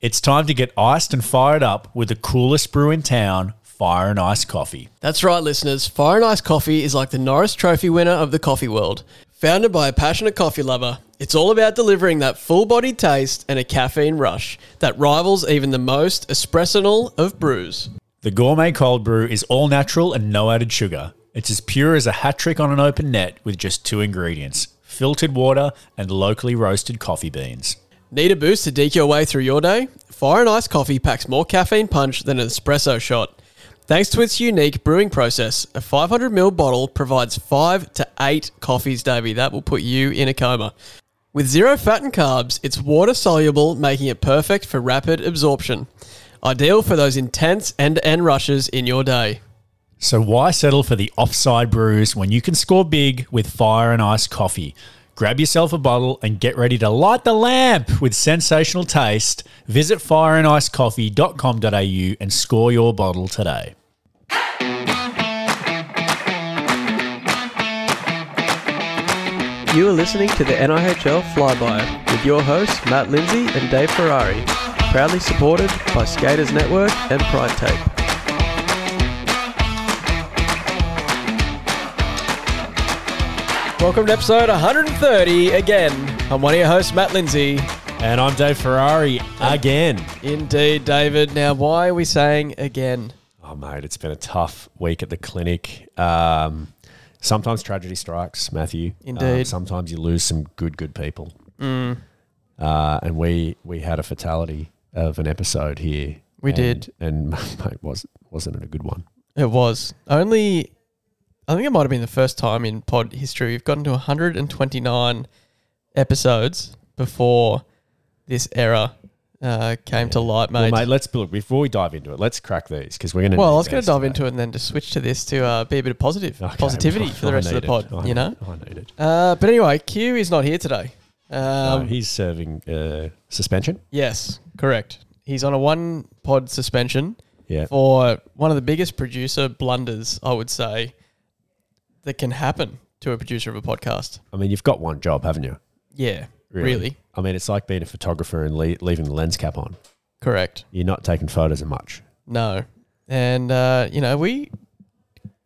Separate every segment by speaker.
Speaker 1: It's time to get iced and fired up with the coolest brew in town, Fire and Ice Coffee.
Speaker 2: That's right, listeners. Fire and Ice Coffee is like the Norris Trophy winner of the coffee world. Founded by a passionate coffee lover, it's all about delivering that full bodied taste and a caffeine rush that rivals even the most espressional of brews.
Speaker 1: The gourmet cold brew is all natural and no added sugar. It's as pure as a hat trick on an open net with just two ingredients filtered water and locally roasted coffee beans.
Speaker 2: Need a boost to deke your way through your day? Fire and Ice Coffee packs more caffeine punch than an espresso shot. Thanks to its unique brewing process, a 500ml bottle provides 5 to 8 coffees, Davey. That will put you in a coma. With zero fat and carbs, it's water soluble, making it perfect for rapid absorption. Ideal for those intense end to end rushes in your day.
Speaker 1: So why settle for the offside brews when you can score big with fire and ice coffee? Grab yourself a bottle and get ready to light the lamp with sensational taste. Visit fireandicecoffee.com.au and score your bottle today.
Speaker 2: You are listening to the NIHL Flyby with your hosts Matt Lindsay and Dave Ferrari, proudly supported by Skaters Network and Pride Tape. Welcome to episode 130 again. I'm one of your hosts, Matt Lindsay.
Speaker 1: And I'm Dave Ferrari again.
Speaker 2: Indeed, David. Now, why are we saying again?
Speaker 3: Oh, mate, it's been a tough week at the clinic. Um, sometimes tragedy strikes, Matthew.
Speaker 2: Indeed. Mm.
Speaker 3: Um, sometimes you lose some good, good people. Uh, and we we had a fatality of an episode here.
Speaker 2: We
Speaker 3: And-
Speaker 2: did.
Speaker 3: and mate, was wasn't it a good one?
Speaker 2: It was only. I think it might have been the first time in pod history we've gotten to 129 episodes before this error uh, came to light,
Speaker 3: Well,
Speaker 2: mate. Well,
Speaker 3: mate, let's look before we dive into it. Let's crack these because we're gonna.
Speaker 2: I was going to dive into it and then just switch to this to uh, be a bit of positive positivity for the rest of the pod, you know.
Speaker 3: I need it.
Speaker 2: Uh, but anyway, Q is not here today.
Speaker 3: No,
Speaker 2: Um,
Speaker 3: he's serving uh, suspension.
Speaker 2: yes, correct. He's on a one pod suspension.
Speaker 3: Yeah,
Speaker 2: for one of the biggest producer blunders, I would say, that can happen to a producer of a podcast.
Speaker 3: I mean, you've got one job, haven't you?
Speaker 2: Yeah, really,
Speaker 3: I mean, it's like being a photographer and le- leaving the lens cap on.
Speaker 2: correct.
Speaker 3: You're not taking photos of much.
Speaker 2: No, and uh, you know we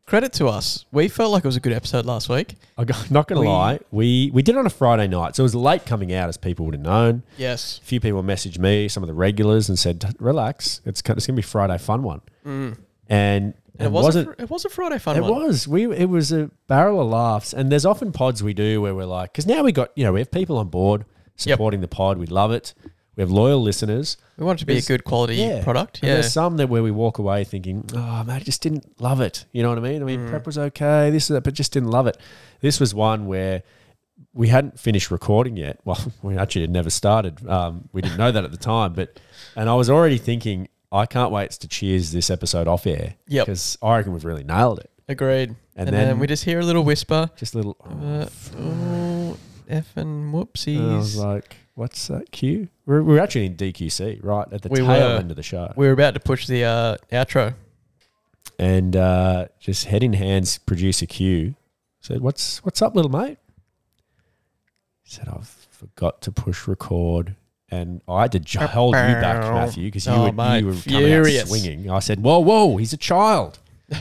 Speaker 2: credit to us. We felt like it was a good episode last week.
Speaker 3: I got, not going
Speaker 2: We-
Speaker 3: to lie, we we did it on a Friday night, so it was late coming out, as people would have known.
Speaker 2: Yes,
Speaker 3: A few people messaged me, some of the regulars, and said, "Relax, it's co- it's going to be Friday fun one." Mm. And,
Speaker 2: and it, was not it was a Friday fun
Speaker 3: It
Speaker 2: one.
Speaker 3: was. We it was a barrel of laughs, and there's often pods we do where we're like, because now we got you know we have people on board supporting the pod. We love it. We have loyal listeners.
Speaker 2: We wanted to be a
Speaker 3: There's-
Speaker 2: good quality product.
Speaker 3: And
Speaker 2: Yeah,
Speaker 3: there's some that where we walk away thinking, oh man, I just didn't love it. You know what I mean? I mean,
Speaker 2: Mm.
Speaker 3: prep was okay, this is that, but just didn't love it. This was one where we hadn't finished recording yet. Well, we actually had never started. Um, we didn't know that at the time, but and I was already thinking, I can't wait to cheers this episode off air.
Speaker 2: Yep.
Speaker 3: because I reckon we've really nailed it.
Speaker 2: agreed.
Speaker 3: And
Speaker 2: And, then,
Speaker 3: then-
Speaker 2: we just hear a little whisper.
Speaker 3: Just a little.
Speaker 2: Uh, oh, effing
Speaker 3: and I was
Speaker 2: whoopsies.
Speaker 3: like, what's that? Q? We're, we're actually in DQC, right at the
Speaker 2: We
Speaker 3: tail
Speaker 2: were.
Speaker 3: end of the show.
Speaker 2: we were about to push the uh, outro.
Speaker 3: and uh, just head in hands producer Q said, "What's what's up, little mate?" He said, "I've forgot to push record." And I had to j- hold you back, Matthew, because you,
Speaker 2: Oh,
Speaker 3: were
Speaker 2: mate,
Speaker 3: you were coming
Speaker 2: furious.
Speaker 3: out swinging. I said, "Whoa, whoa, he's a child."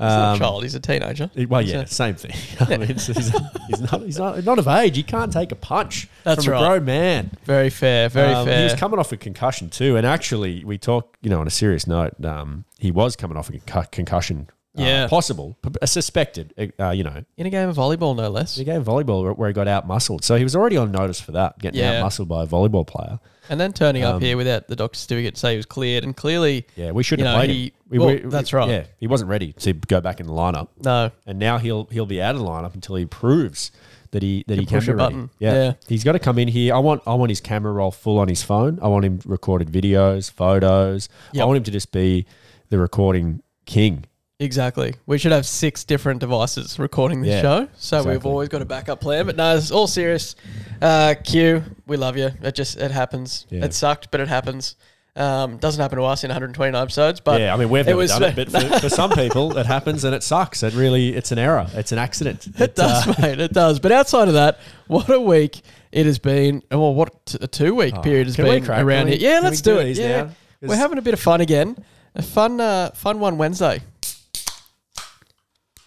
Speaker 2: He's not
Speaker 3: Um,
Speaker 2: a child. He's a teenager.
Speaker 3: it- Well,
Speaker 2: He's
Speaker 3: yeah,
Speaker 2: a-
Speaker 3: same thing. I mean, it's- he's, he's not he's not not of age. He can't take a punch
Speaker 2: That's
Speaker 3: from
Speaker 2: right.
Speaker 3: a grown man.
Speaker 2: Very fair. Very
Speaker 3: Um,
Speaker 2: fair.
Speaker 3: He was coming off a concussion too, and actually, we talk. You know, on a serious note, um, he was coming off a concu- concussion. uh,
Speaker 2: Yeah.
Speaker 3: possible, p- uh, suspected. Uh, you know,
Speaker 2: in a game of volleyball, no less.
Speaker 3: the game of volleyball where- where he got out muscled, so he was already on notice for that, getting
Speaker 2: Yeah.
Speaker 3: out muscled by a volleyball player.
Speaker 2: And then turning up
Speaker 3: Um,
Speaker 2: here without the doctor's certificate to say he was cleared. And clearly,
Speaker 3: Yeah, we shouldn't
Speaker 2: You
Speaker 3: have
Speaker 2: know,
Speaker 3: played
Speaker 2: he-
Speaker 3: him. We-
Speaker 2: well,
Speaker 3: we- we-
Speaker 2: that's right.
Speaker 3: Yeah, he wasn't ready to go back in the lineup,
Speaker 2: no.
Speaker 3: and now he'll he'll be out of the lineup until he proves that he that he can
Speaker 2: push
Speaker 3: be
Speaker 2: a
Speaker 3: ready.
Speaker 2: button.
Speaker 3: Yeah.
Speaker 2: Yeah.
Speaker 3: he's got to come in here. I want I want his camera roll full on his phone. I want him recorded videos, photos.
Speaker 2: Yep.
Speaker 3: I want him to just be the recording king.
Speaker 2: Exactly. We should have six different devices recording this
Speaker 3: Yeah,
Speaker 2: show. So we've
Speaker 3: exactly.
Speaker 2: always got a backup plan. But no, it's all serious. Uh, Q, we love you. It just it happens.
Speaker 3: Yeah.
Speaker 2: It sucked, but it happens. Um, doesn't happen to us in 129 episodes, but
Speaker 3: yeah, I mean we've
Speaker 2: Uh, it
Speaker 3: never
Speaker 2: was-
Speaker 3: done it, but for, for some people it happens and it sucks. It really it's an error. It's an accident.
Speaker 2: It does,
Speaker 3: uh,
Speaker 2: mate. It does. But outside of that, what a week it has been. Well, what t- a two week period
Speaker 3: Oh,
Speaker 2: has
Speaker 3: can we
Speaker 2: been
Speaker 3: crack-
Speaker 2: around
Speaker 3: can we-
Speaker 2: here. Yeah,
Speaker 3: can
Speaker 2: let's
Speaker 3: we do
Speaker 2: do it.
Speaker 3: these
Speaker 2: Yeah,
Speaker 3: now? 'Cause-
Speaker 2: we're having a bit of fun again. A fun, uh, fun one Wednesday.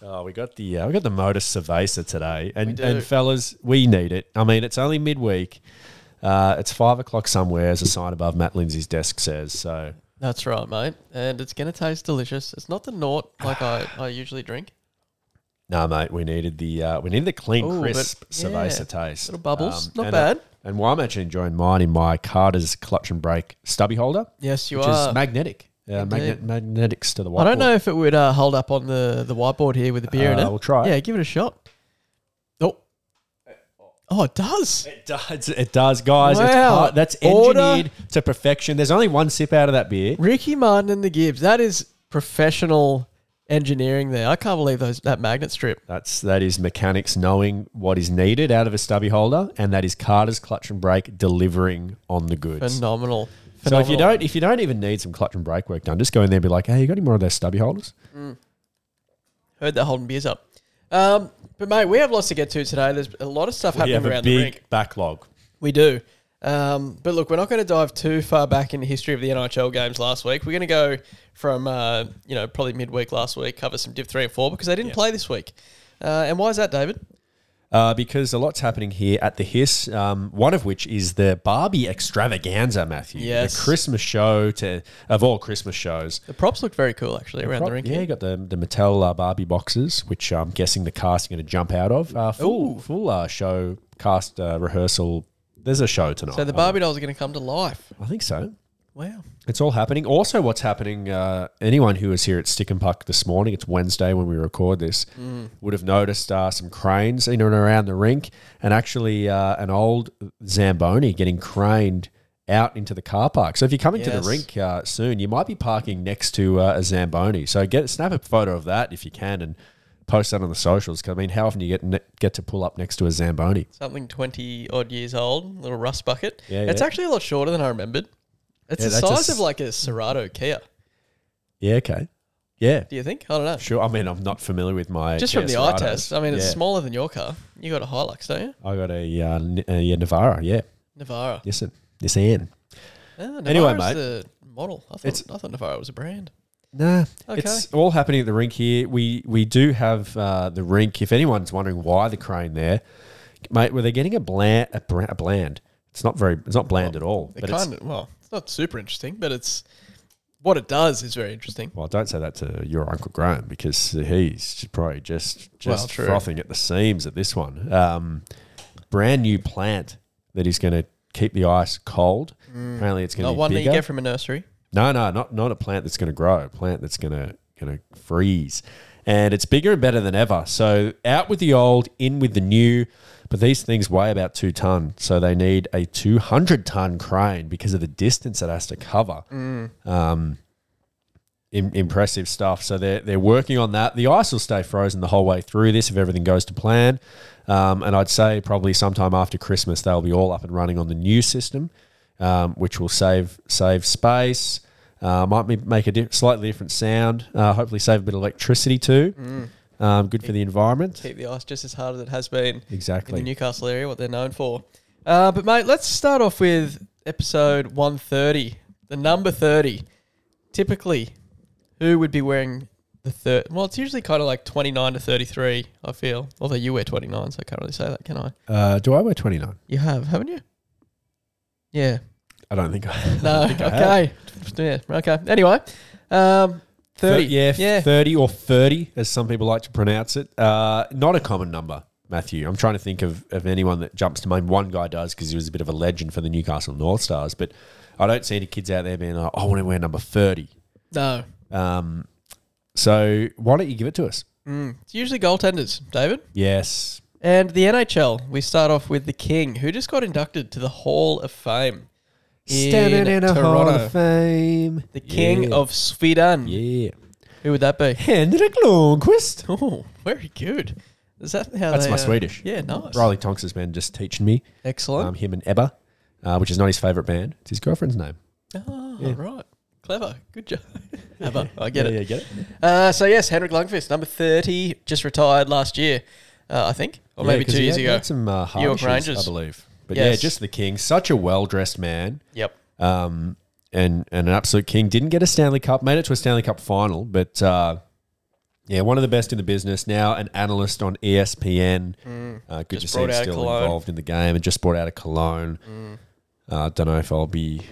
Speaker 3: Oh, we got the uh, we got the modus cervesa today, and
Speaker 2: do.
Speaker 3: and fellas, we need it. I mean, it's only midweek. Uh, it's five o'clock somewhere, as a sign above Matt Lindsay's desk says. So
Speaker 2: That's right, mate. And it's gonna taste delicious. It's not the naught like I, I usually drink.
Speaker 3: No, mate, we needed the uh, we needed the clean,
Speaker 2: Ooh,
Speaker 3: crisp
Speaker 2: but-
Speaker 3: cerveza
Speaker 2: yeah.
Speaker 3: taste.
Speaker 2: Little bubbles, not
Speaker 3: and,
Speaker 2: bad.
Speaker 3: uh, and well, I'm actually enjoying mine in my Carter's clutch and brake stubby holder,
Speaker 2: Yes, you
Speaker 3: which
Speaker 2: are.
Speaker 3: is magnetic. Uh, magnet, magnetics to the
Speaker 2: Ah, I
Speaker 3: whiteboard.
Speaker 2: don't know if it would uh, hold up on the the whiteboard here with the beer in
Speaker 3: Uh,
Speaker 2: it.
Speaker 3: we'll try it.
Speaker 2: Yeah, give it a shot. Oh, oh, it does.
Speaker 3: It does, it does, guys. It's
Speaker 2: Wow.
Speaker 3: part, that's engineered
Speaker 2: Order.
Speaker 3: to perfection. There's only one sip out of that beer.
Speaker 2: Ricky Martin and the Gibbs. That is professional engineering there. I can't believe those that magnet strip.
Speaker 3: That's that is mechanics knowing what is needed out of a stubby holder, and that is Carter's clutch and brake delivering on the goods.
Speaker 2: Phenomenal.
Speaker 3: So if you
Speaker 2: Phenomenal.
Speaker 3: don't if you don't even need some clutch and brake work done, just go in there and be like, hey, you got any more of those stubby holders?
Speaker 2: heard that holding beers up. Um, but mate, we have lots to get to today. There's a lot of stuff
Speaker 3: We
Speaker 2: happening
Speaker 3: have
Speaker 2: around
Speaker 3: a
Speaker 2: the rink.
Speaker 3: big backlog.
Speaker 2: We do. Um, but look, we're not going to dive too far back in the history of the NHL games last week. We're going to go from, uh, you know, probably midweek last week, cover some Div 3 and 4 because they didn't play this week. Uh, and why is that, David?
Speaker 3: Uh, because a lot's happening here at the Hiss, um, one of which is the Barbie extravaganza, Matthew.
Speaker 2: Yes.
Speaker 3: The Christmas show to of all Christmas shows.
Speaker 2: The props looked very cool, actually, around the rink.
Speaker 3: yeah, you got the, the Mattel uh, Barbie boxes, which I'm guessing the cast are going to jump out of. Uh, full full uh, show cast uh, rehearsal. There's a show tonight.
Speaker 2: So the Barbie dolls are going to come to life.
Speaker 3: I think so.
Speaker 2: Wow.
Speaker 3: It's all happening. Also, what's happening? Uh, anyone who was here at Stick and Puck this morning, it's Wednesday when we record this,
Speaker 2: Mm.
Speaker 3: would have noticed uh, some cranes in and around the rink, and actually uh, an old Zamboni getting craned out into the car park. So if you're coming to
Speaker 2: Yes.
Speaker 3: the rink uh, soon, you might be parking next to uh, a Zamboni. So get snap a photo of that if you can, and post that on the socials. 'Cause, I mean, how often do you get ne- get to pull up next to a Zamboni?
Speaker 2: Something 20 odd years old, little rust bucket.
Speaker 3: Yeah,
Speaker 2: it's
Speaker 3: yeah.
Speaker 2: actually a lot shorter than I remembered. It's
Speaker 3: Yeah,
Speaker 2: the
Speaker 3: that's a s-
Speaker 2: size of like a Serato Kia,
Speaker 3: Yeah. Okay. Yeah.
Speaker 2: do you think? I don't know.
Speaker 3: Sure. I mean, I'm not familiar with my
Speaker 2: Just
Speaker 3: Kia
Speaker 2: from the eye
Speaker 3: Ceratos.
Speaker 2: test. I mean, it's
Speaker 3: Yeah.
Speaker 2: smaller than your car. You got a Hilux, don't you?
Speaker 3: I got a, uh, N- a yeah, Navara. Yeah,
Speaker 2: Navara.
Speaker 3: yes, it- yes, and
Speaker 2: Ah,
Speaker 3: Anyway,
Speaker 2: Navara's
Speaker 3: mate.
Speaker 2: the uh, model. I thought,
Speaker 3: It's-
Speaker 2: I thought Navara was a brand.
Speaker 3: Nah,
Speaker 2: Okay.
Speaker 3: it's all happening at the rink here. We we do have uh, the rink. If anyone's wondering why the crane there, mate, were they getting a bland? A, bra- a bland? It's not very. It's not bland at all.
Speaker 2: It
Speaker 3: But it's,
Speaker 2: kind of, well, it's not super interesting, but it's what it does is very interesting.
Speaker 3: well, don't say that to your uncle Graham because he's probably just
Speaker 2: Well,
Speaker 3: just
Speaker 2: true.
Speaker 3: frothing at the seams at this one. Um, brand new plant that is going to keep the ice cold. Apparently, it's going to
Speaker 2: Mm. Not
Speaker 3: be
Speaker 2: one that
Speaker 3: bigger.
Speaker 2: you get from a nursery.
Speaker 3: No, no, not not a plant that's going to grow. A plant that's going to going to freeze, and it's bigger and better than ever. So out with the old, in with the new. But these things weigh about two ton, so they need a two hundred ton crane because of the distance it has to cover. Um, im- impressive stuff. So they're they're working on that. The ice will stay frozen the whole way through this if everything goes to plan. Um, and I'd say probably sometime after Christmas they'll be all up and running on the new system, um, which will save save space. Uh, might be, make a di- slightly different sound. Uh, hopefully save a bit of electricity too. Um, good for the environment.
Speaker 2: Mm. Keep the ice just as hard as it has been in the
Speaker 3: Exactly.
Speaker 2: Newcastle area, what they're known for. Uh, but, mate, let's start off with episode 130, the number 30. Typically, who would be wearing the third? Well, it's usually kind of like 29 to 33, I feel. Although you wear 29, so I can't really say that, can I?
Speaker 3: Uh, do I wear twenty nine?
Speaker 2: You have, haven't you? Yeah.
Speaker 3: I don't think I.
Speaker 2: No.
Speaker 3: think I
Speaker 2: okay. Yeah. Okay. Anyway, um, thirty.
Speaker 3: Thir- yeah,
Speaker 2: Yeah.
Speaker 3: 30 or 30, as some people like to pronounce it. Uh, not a common number, Matthew. I'm trying to think of, of anyone that jumps to mind. One guy does because he was a bit of a legend for the Newcastle North Stars, but I don't see any kids out there being like, I want to wear number 30.
Speaker 2: no.
Speaker 3: Um, so why don't you give it to us?
Speaker 2: Mm. It's usually goaltenders, David.
Speaker 3: Yes.
Speaker 2: And the NHL. We start off with the King, who just got inducted to the Hall of Fame. in Toronto.
Speaker 3: Fame.
Speaker 2: The King of Sweden.
Speaker 3: Yeah.
Speaker 2: Who would that be?
Speaker 3: Henrik Lundqvist.
Speaker 2: Oh, very good. Is that how
Speaker 3: That's
Speaker 2: they,
Speaker 3: my
Speaker 2: uh,
Speaker 3: Swedish.
Speaker 2: Yeah, nice.
Speaker 3: Riley Tonks has been just teaching me,
Speaker 2: Excellent.
Speaker 3: um, him and Ebba, uh, which is not his favourite band. It's his girlfriend's name.
Speaker 2: Ah, All right. Clever. Good job. Ever. I get
Speaker 3: Yeah,
Speaker 2: it.
Speaker 3: yeah, get it.
Speaker 2: Uh, so, yes, Henrik Lundqvist, number 30, just retired last year, uh, I think, or maybe two years ago.
Speaker 3: Had some uh, heart
Speaker 2: York
Speaker 3: issues,
Speaker 2: Rangers.
Speaker 3: I believe. But yeah,
Speaker 2: Yes.
Speaker 3: just the king. Such a well dressed man.
Speaker 2: Yep.
Speaker 3: um, and, and an absolute king. Didn't get a Stanley Cup, made it to a Stanley Cup final, but uh, yeah, one of the best in the business. Now an analyst on E ESPN. Uh, good
Speaker 2: Mm. Just
Speaker 3: to see
Speaker 2: brought
Speaker 3: him
Speaker 2: out of
Speaker 3: still
Speaker 2: Cologne. Mm.
Speaker 3: involved in the game and just brought out a Cologne. Uh, don't know if I'll be,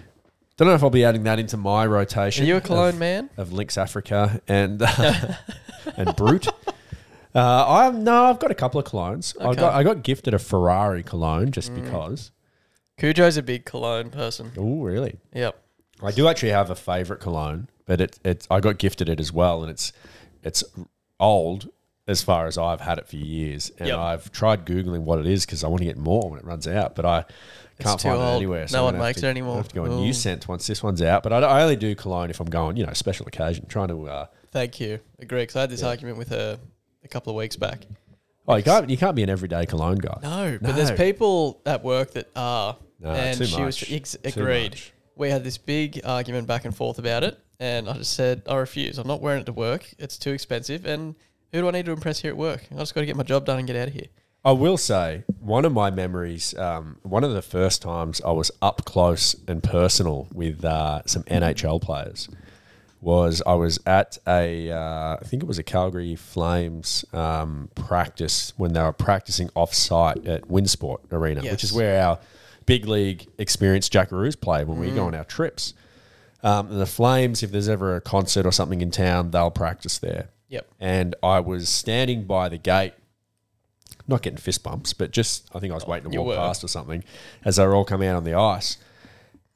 Speaker 3: don't know if I'll be adding that into my
Speaker 2: Are
Speaker 3: rotation.
Speaker 2: you a
Speaker 3: of-
Speaker 2: Cologne man?
Speaker 3: of Lynx Africa and uh, and Brute. Uh, I'm no, I've got a couple of colognes. I
Speaker 2: Okay. Mm.
Speaker 3: got I got gifted a Ferrari cologne just because.
Speaker 2: Cujo's a big Cologne person.
Speaker 3: Oh, really?
Speaker 2: Yep.
Speaker 3: I do actually have a favorite cologne, but it, it's I got gifted it as well, and it's it's old as far as I've had it for years, and
Speaker 2: Yep.
Speaker 3: I've tried googling what it is because I want to get more when it runs out, but I can't
Speaker 2: too
Speaker 3: find
Speaker 2: old.
Speaker 3: it anywhere.
Speaker 2: No
Speaker 3: I'm
Speaker 2: one
Speaker 3: gonna have
Speaker 2: makes
Speaker 3: to-
Speaker 2: it anymore.
Speaker 3: I have to go on
Speaker 2: Ooh.
Speaker 3: new scent once this one's out, but I, I only do cologne if I'm going, you know, special occasion, trying to. Uh,
Speaker 2: Thank you. Agree. 'cause I had this argument with her a couple of weeks back.
Speaker 3: oh, you can't you can't be an everyday cologne guy.
Speaker 2: No, but there's
Speaker 3: No.
Speaker 2: people at work that are.
Speaker 3: No,
Speaker 2: and
Speaker 3: too
Speaker 2: she
Speaker 3: much.
Speaker 2: was ex-
Speaker 3: Too
Speaker 2: agreed.
Speaker 3: much.
Speaker 2: We had this big argument back and forth about it, and I just said I refuse. I'm not wearing it to work. It's too expensive, and who do I need to impress here at work? I just got to get my job done and get out of here.
Speaker 3: I will say one of my memories, um, one of the first times I was up close and personal with uh, some NHL players was I was at a, uh, I think it was a Calgary Flames um, practice when they were practicing off site at Winsport Arena, which is
Speaker 2: Yes.
Speaker 3: where our big league experienced Jackaroos play when we go
Speaker 2: Mm.
Speaker 3: on our trips. Um, and the Flames, if there's ever a concert or something in town, they'll practice there.
Speaker 2: Yep.
Speaker 3: And I was standing by the gate not getting fist bumps, but just I think I was waiting to
Speaker 2: Oh, you
Speaker 3: walk
Speaker 2: were.
Speaker 3: past or something as they were all coming out on the ice.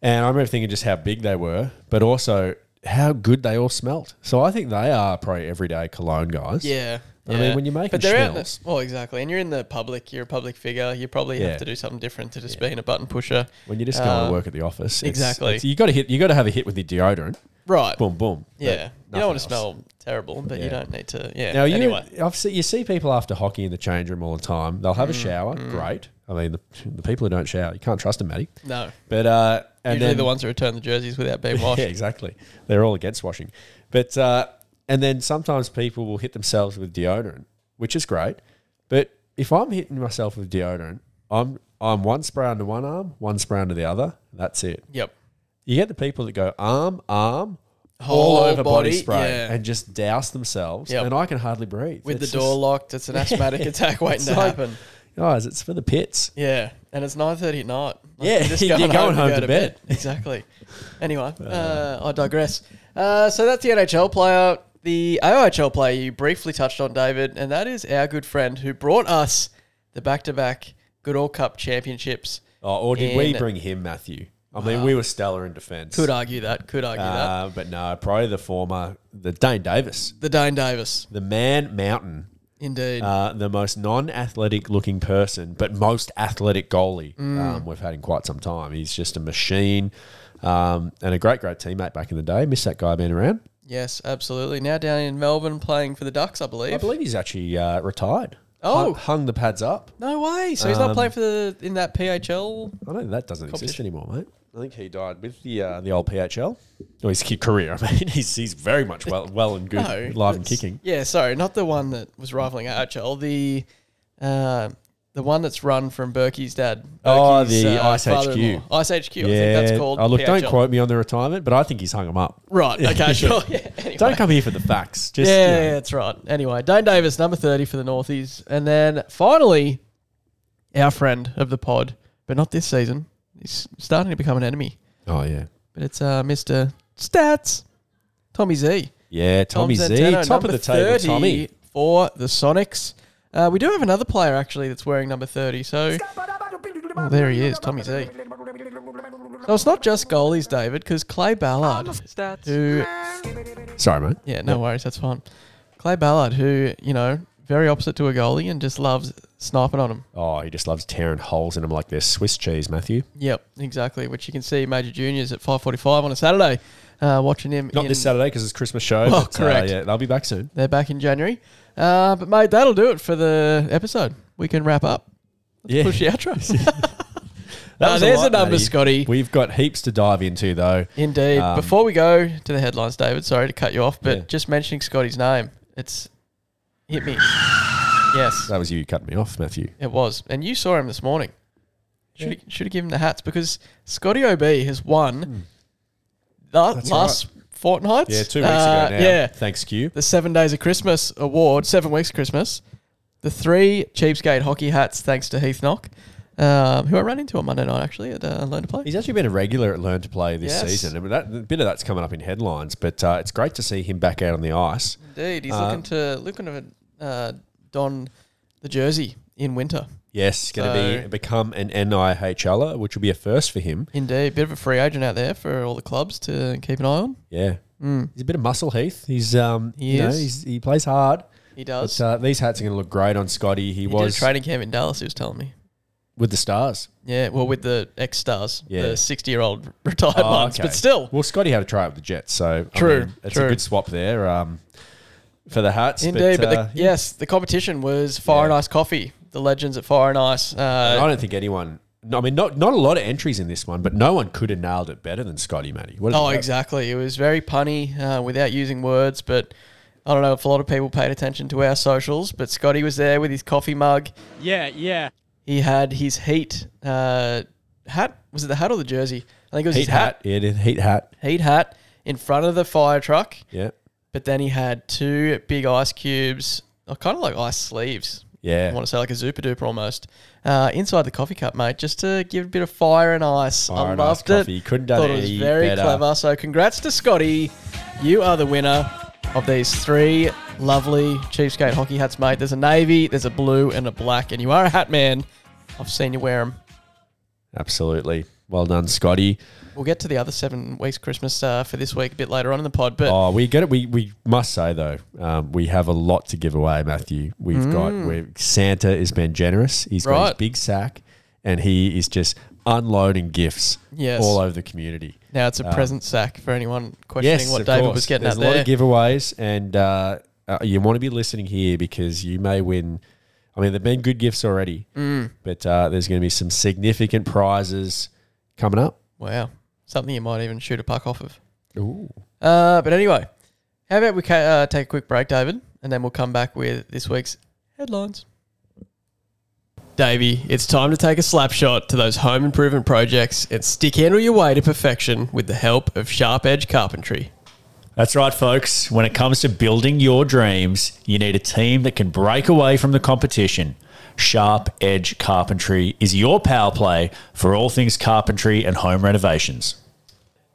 Speaker 3: And I remember thinking just how big they were, but also how good they all smelt. So I think they are probably everyday cologne guys.
Speaker 2: Yeah.
Speaker 3: But I mean, when you're making
Speaker 2: they're out in the-
Speaker 3: schnells-
Speaker 2: well, exactly, and you're in the public, you're a public figure. You probably
Speaker 3: Yeah.
Speaker 2: have to do something different to just being a button pusher,
Speaker 3: When you're just going
Speaker 2: Uh,
Speaker 3: to work at the office, it's-
Speaker 2: exactly.
Speaker 3: it's- you got to hit. You got to have a hit with the deodorant.
Speaker 2: right?
Speaker 3: Boom, boom. But
Speaker 2: yeah, you
Speaker 3: nothing
Speaker 2: don't want
Speaker 3: else.
Speaker 2: to smell terrible, but
Speaker 3: Yeah.
Speaker 2: you don't need to. Yeah.
Speaker 3: Now you,
Speaker 2: anyway,
Speaker 3: I've see, you see people after hockey in the change room all the time. They'll
Speaker 2: Mm,
Speaker 3: have a shower. Great. I mean, the, the people who don't shower, you can't trust them, Matty.
Speaker 2: no.
Speaker 3: But uh, and
Speaker 2: Usually
Speaker 3: then,
Speaker 2: the ones who return the jerseys without being washed.
Speaker 3: Yeah, exactly. They're all against washing. But uh, and then sometimes people will hit themselves with deodorant, which is great. But if I'm hitting myself with deodorant, I'm I'm one spray under one arm, one spray under the other. That's it.
Speaker 2: Yep.
Speaker 3: You get the people that go arm, arm, all
Speaker 2: Whole
Speaker 3: over body,
Speaker 2: body,
Speaker 3: spray
Speaker 2: yeah.
Speaker 3: and just douse themselves,
Speaker 2: Yep.
Speaker 3: and I can hardly breathe
Speaker 2: With
Speaker 3: It's
Speaker 2: the door
Speaker 3: just-
Speaker 2: locked, it's an asthmatic attack waiting
Speaker 3: It's
Speaker 2: to
Speaker 3: like-
Speaker 2: happen.
Speaker 3: guys. It's for the pits.
Speaker 2: Yeah, and it's nine thirty at night. Like,
Speaker 3: Yeah, you're going home
Speaker 2: go
Speaker 3: to bed.
Speaker 2: Exactly. Anyway, uh, I digress. Uh, so that's the NHL player. The AOHL player you briefly touched on, David, and that is our good friend who brought us the back-to-back Good All Cup championships.
Speaker 3: Oh, or did we
Speaker 2: In-
Speaker 3: bring him, Matthew? I mean, we were stellar in defence.
Speaker 2: Uh, Could argue that. Could argue that.
Speaker 3: uh, but no, probably the former, the Dane Davis.
Speaker 2: The Dane Davis,
Speaker 3: the man mountain,
Speaker 2: indeed.
Speaker 3: uh, the most non-athletic looking person, but most athletic goalie um, we've had in quite some time. He's just a machine um, and a great, great teammate back in the day. Miss that guy being around.
Speaker 2: yes, absolutely. Now down in Melbourne, playing for the Ducks, I believe.
Speaker 3: I believe he's actually uh, retired.
Speaker 2: Oh.
Speaker 3: hung, hung the pads up.
Speaker 2: No way. So he's
Speaker 3: Um,
Speaker 2: not playing for the in that PHL.
Speaker 3: I know that doesn't exist
Speaker 2: Competition.
Speaker 3: anymore, mate. I think he died with the uh, the old PHL. Or his ki- career. I mean, he's he's very much well well and good,
Speaker 2: No,
Speaker 3: live and
Speaker 2: that's-
Speaker 3: kicking.
Speaker 2: Yeah, sorry, not the one that was rivaling AHL. The uh, the one that's run from Berkey's dad.
Speaker 3: Oh,
Speaker 2: Berkey's, uh,
Speaker 3: the Ice HQ.
Speaker 2: father-in-law. Ice HQ. I think that's called.
Speaker 3: Oh, look, don't
Speaker 2: PHL.
Speaker 3: quote me on the retirement, but I think he's hung him up.
Speaker 2: Right. Okay. Sure. Yeah. Anyway.
Speaker 3: Don't come here for the facts. Just
Speaker 2: yeah,
Speaker 3: you know,
Speaker 2: yeah, that's right. Anyway, Dane Davis, number thirty for the Northies, and then finally, our friend of the pod, but not this season. He's starting to become an enemy,
Speaker 3: Oh yeah,
Speaker 2: but it's uh, Mister Stats, Tommy Z.
Speaker 3: yeah.
Speaker 2: Tom
Speaker 3: Tommy Z,
Speaker 2: Zantano,
Speaker 3: top of
Speaker 2: number
Speaker 3: the table.
Speaker 2: 30
Speaker 3: Tommy.
Speaker 2: for the Sonics. Uh, we do have another player actually that's wearing number thirty. So, oh,
Speaker 4: Well, there he is, Tommy Z.
Speaker 2: so it's not just goalies, David, because Clay Ballard, who
Speaker 3: Sorry, mate.
Speaker 2: yeah, no worries, that's fine. Clay Ballard, who you know, very opposite to a goalie and just loves sniping on him.
Speaker 3: Oh, he just loves tearing holes in them like they're Swiss cheese, Matthew.
Speaker 2: Yep, exactly. Which you can see Major Juniors at five forty-five on a Saturday, uh, watching him.
Speaker 3: Not
Speaker 2: in-
Speaker 3: this Saturday because it's Christmas show.
Speaker 2: Oh,
Speaker 3: but, uh,
Speaker 2: correct.
Speaker 3: yeah, they'll be back soon.
Speaker 2: They're back in January, uh, but mate, that'll do it for the episode. We can wrap up.
Speaker 3: yeah.
Speaker 2: Push the outro.
Speaker 3: That
Speaker 2: Uh,
Speaker 3: was
Speaker 2: there's
Speaker 3: lot,
Speaker 2: a number,
Speaker 3: matey.
Speaker 2: Scotty.
Speaker 3: We've got heaps to dive into, though.
Speaker 2: Indeed.
Speaker 3: Um,
Speaker 2: Before we go to the headlines, David, sorry to cut you off, but
Speaker 3: Yeah.
Speaker 2: just mentioning Scotty's name, it's hit me. Yes,
Speaker 3: That was you cutting me off, Matthew.
Speaker 2: it was. And you saw him this morning. Should have given him the hats because Scotty OB has
Speaker 3: Hmm.
Speaker 2: won the last fortnight.
Speaker 3: Yeah, two weeks
Speaker 2: Uh,
Speaker 3: ago now.
Speaker 2: Yeah,
Speaker 3: Thanks, Q.
Speaker 2: the Seven Days of Christmas award, seven weeks of Christmas, the three cheapskate hockey hats, thanks to Heath Knock, um, who I ran into on Monday night actually at uh, Learn to Play.
Speaker 3: He's actually been a regular at Learn to Play this
Speaker 2: Yes.
Speaker 3: season. I mean, that, a bit of that's coming up in headlines, but uh, it's great to see him back out on the ice.
Speaker 2: Indeed, he's
Speaker 3: Uh,
Speaker 2: looking to looking to uh, don the jersey in winter.
Speaker 3: Yes, going to
Speaker 2: So-
Speaker 3: be become an NIHLer, which will be a first for him.
Speaker 2: Indeed, bit of a free agent out there for all the clubs to keep an eye on.
Speaker 3: Yeah, he's a bit of muscle, Heath. He's um,
Speaker 2: Mm. He
Speaker 3: you know,
Speaker 2: is.
Speaker 3: he's, he plays hard.
Speaker 2: He does.
Speaker 3: But uh, these hats are going to look great on Scotty. He,
Speaker 2: he
Speaker 3: was
Speaker 2: did a training camp in Dallas. He was telling me.
Speaker 3: with the Stars.
Speaker 2: Yeah, well, with the ex stars,
Speaker 3: Yeah.
Speaker 2: the sixty-year-old retired
Speaker 3: Oh,
Speaker 2: ones,
Speaker 3: okay.
Speaker 2: but still,
Speaker 3: Well, Scotty had a try with the Jets, so I
Speaker 2: True,
Speaker 3: mean, it's a
Speaker 2: true.
Speaker 3: good swap there um, for the hats.
Speaker 2: Indeed, but,
Speaker 3: uh,
Speaker 2: the, yes, the competition was Fire and
Speaker 3: Yeah.
Speaker 2: Ice Coffee, the legends at Fire and Ice.
Speaker 3: And I
Speaker 2: Uh,
Speaker 3: don't think anyone. No, I mean, not not a lot of entries in this one, but no one could have nailed it better than Scotty Matty. What
Speaker 2: oh,
Speaker 3: about-
Speaker 2: exactly. It was very punny uh, without using words, but I don't know if a lot of people paid attention to our socials. But Scotty was there with his coffee mug.
Speaker 5: Yeah, yeah.
Speaker 2: He had his Heat uh, hat. Was it the hat or the jersey? I think it was
Speaker 3: Heat
Speaker 2: his
Speaker 3: hat. Yeah, it is heat hat.
Speaker 2: Heat hat in front of the fire truck.
Speaker 3: Yeah,
Speaker 2: But then he had two big ice cubes, or kind of like ice sleeves. I
Speaker 3: yeah.
Speaker 2: want to say like a Zupa Duper almost uh, inside the coffee cup, mate, just to give a bit of fire and ice.
Speaker 3: Fire
Speaker 2: I
Speaker 3: and ice
Speaker 2: loved it.
Speaker 3: coffee. Couldn't done
Speaker 2: Thought
Speaker 3: it
Speaker 2: it was
Speaker 3: any
Speaker 2: very
Speaker 3: better.
Speaker 2: clever. So congrats to Scotty. You are the winner of these three lovely cheapskate hockey hats, mate. There's a navy, there's a blue, and a black, and you are a hat man. I've seen you wear them.
Speaker 3: Absolutely. Well done, Scotty.
Speaker 2: We'll get to the other seven weeks Christmas uh, for this week a bit later on in the pod, but
Speaker 3: Oh, we get it. We we must say though, um, we have a lot to give away, Matthew. We've got we're, Santa has been generous. He's got his
Speaker 2: Mm. Right.
Speaker 3: big sack, and he is just unloading gifts
Speaker 2: Yes.
Speaker 3: all over the community.
Speaker 2: now it's a
Speaker 3: um,
Speaker 2: present sack for anyone questioning what David was getting
Speaker 3: There's
Speaker 2: at
Speaker 3: a lot
Speaker 2: there.
Speaker 3: of giveaways, and uh, uh, you want to be listening here because you may win. I mean, there've been good gifts already,
Speaker 2: Mm.
Speaker 3: but uh, there's going to be some significant prizes coming up.
Speaker 2: wow, something you might even shoot a puck off of.
Speaker 3: Ooh.
Speaker 2: Uh, but anyway, how about we ca- uh, take a quick break, David, and then we'll come back with this week's headlines. Davey, it's time to take a slap shot to those home improvement projects and stick handle your way to perfection with the help of Sharp Edge Carpentry.
Speaker 1: That's right, folks. When it comes to building your dreams, you need a team that can break away from the competition. Sharp Edge Carpentry is your power play for all things carpentry and home renovations.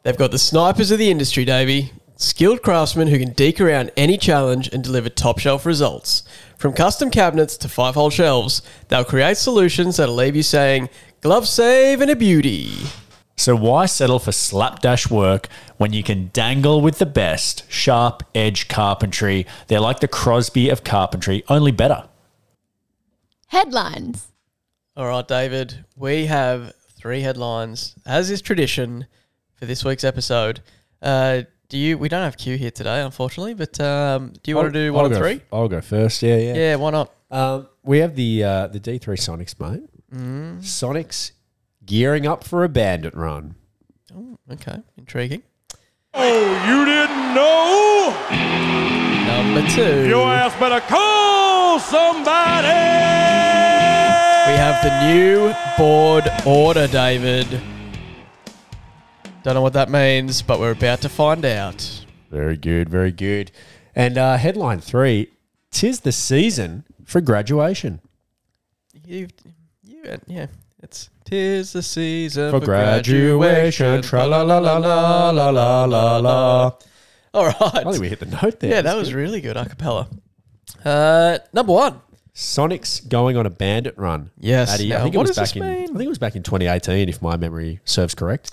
Speaker 2: They've got the snipers of the industry, Davey. Skilled craftsmen who can deke around any challenge and deliver top shelf results. From custom cabinets to five hole shelves, they'll create solutions that'll leave you saying, glove save and a beauty.
Speaker 1: So why settle for slapdash work when you can dangle with the best? Sharp Edge Carpentry. They're like the Crosby of carpentry, only better.
Speaker 6: Headlines.
Speaker 2: All right, David, we have three headlines, as is tradition, for this week's episode. Uh, do you? We don't have Q here today, unfortunately, but um, do you want to do one
Speaker 3: I'll
Speaker 2: of
Speaker 3: go-
Speaker 2: three?
Speaker 3: I'll go first. Yeah, yeah.
Speaker 2: Yeah, why not?
Speaker 3: Um, we have the uh, the D three Sonics, mate. Sonics gearing up for a bandit run.
Speaker 2: Okay, intriguing.
Speaker 5: Oh, You didn't know?
Speaker 2: Number two,
Speaker 5: ass better call somebody.
Speaker 2: we have the new board order, David. Don't know what that means, but we're about to find out.
Speaker 3: Very good, very good. And uh, headline three: Tis the season for graduation.
Speaker 2: You, you, yeah. It's tis the season
Speaker 3: For graduation, tra la la la la la la la la.
Speaker 2: All right.
Speaker 3: I think we hit the note there.
Speaker 2: Yeah, that was really good a cappella. Uh, number one.
Speaker 3: Sonics going on a bandit run.
Speaker 2: Yes.
Speaker 3: Addy,
Speaker 2: Now,
Speaker 3: I think it
Speaker 2: what
Speaker 3: was
Speaker 2: does
Speaker 3: back
Speaker 2: this
Speaker 3: in.
Speaker 2: mean?
Speaker 3: I think it was back in 2018, if my memory serves correct.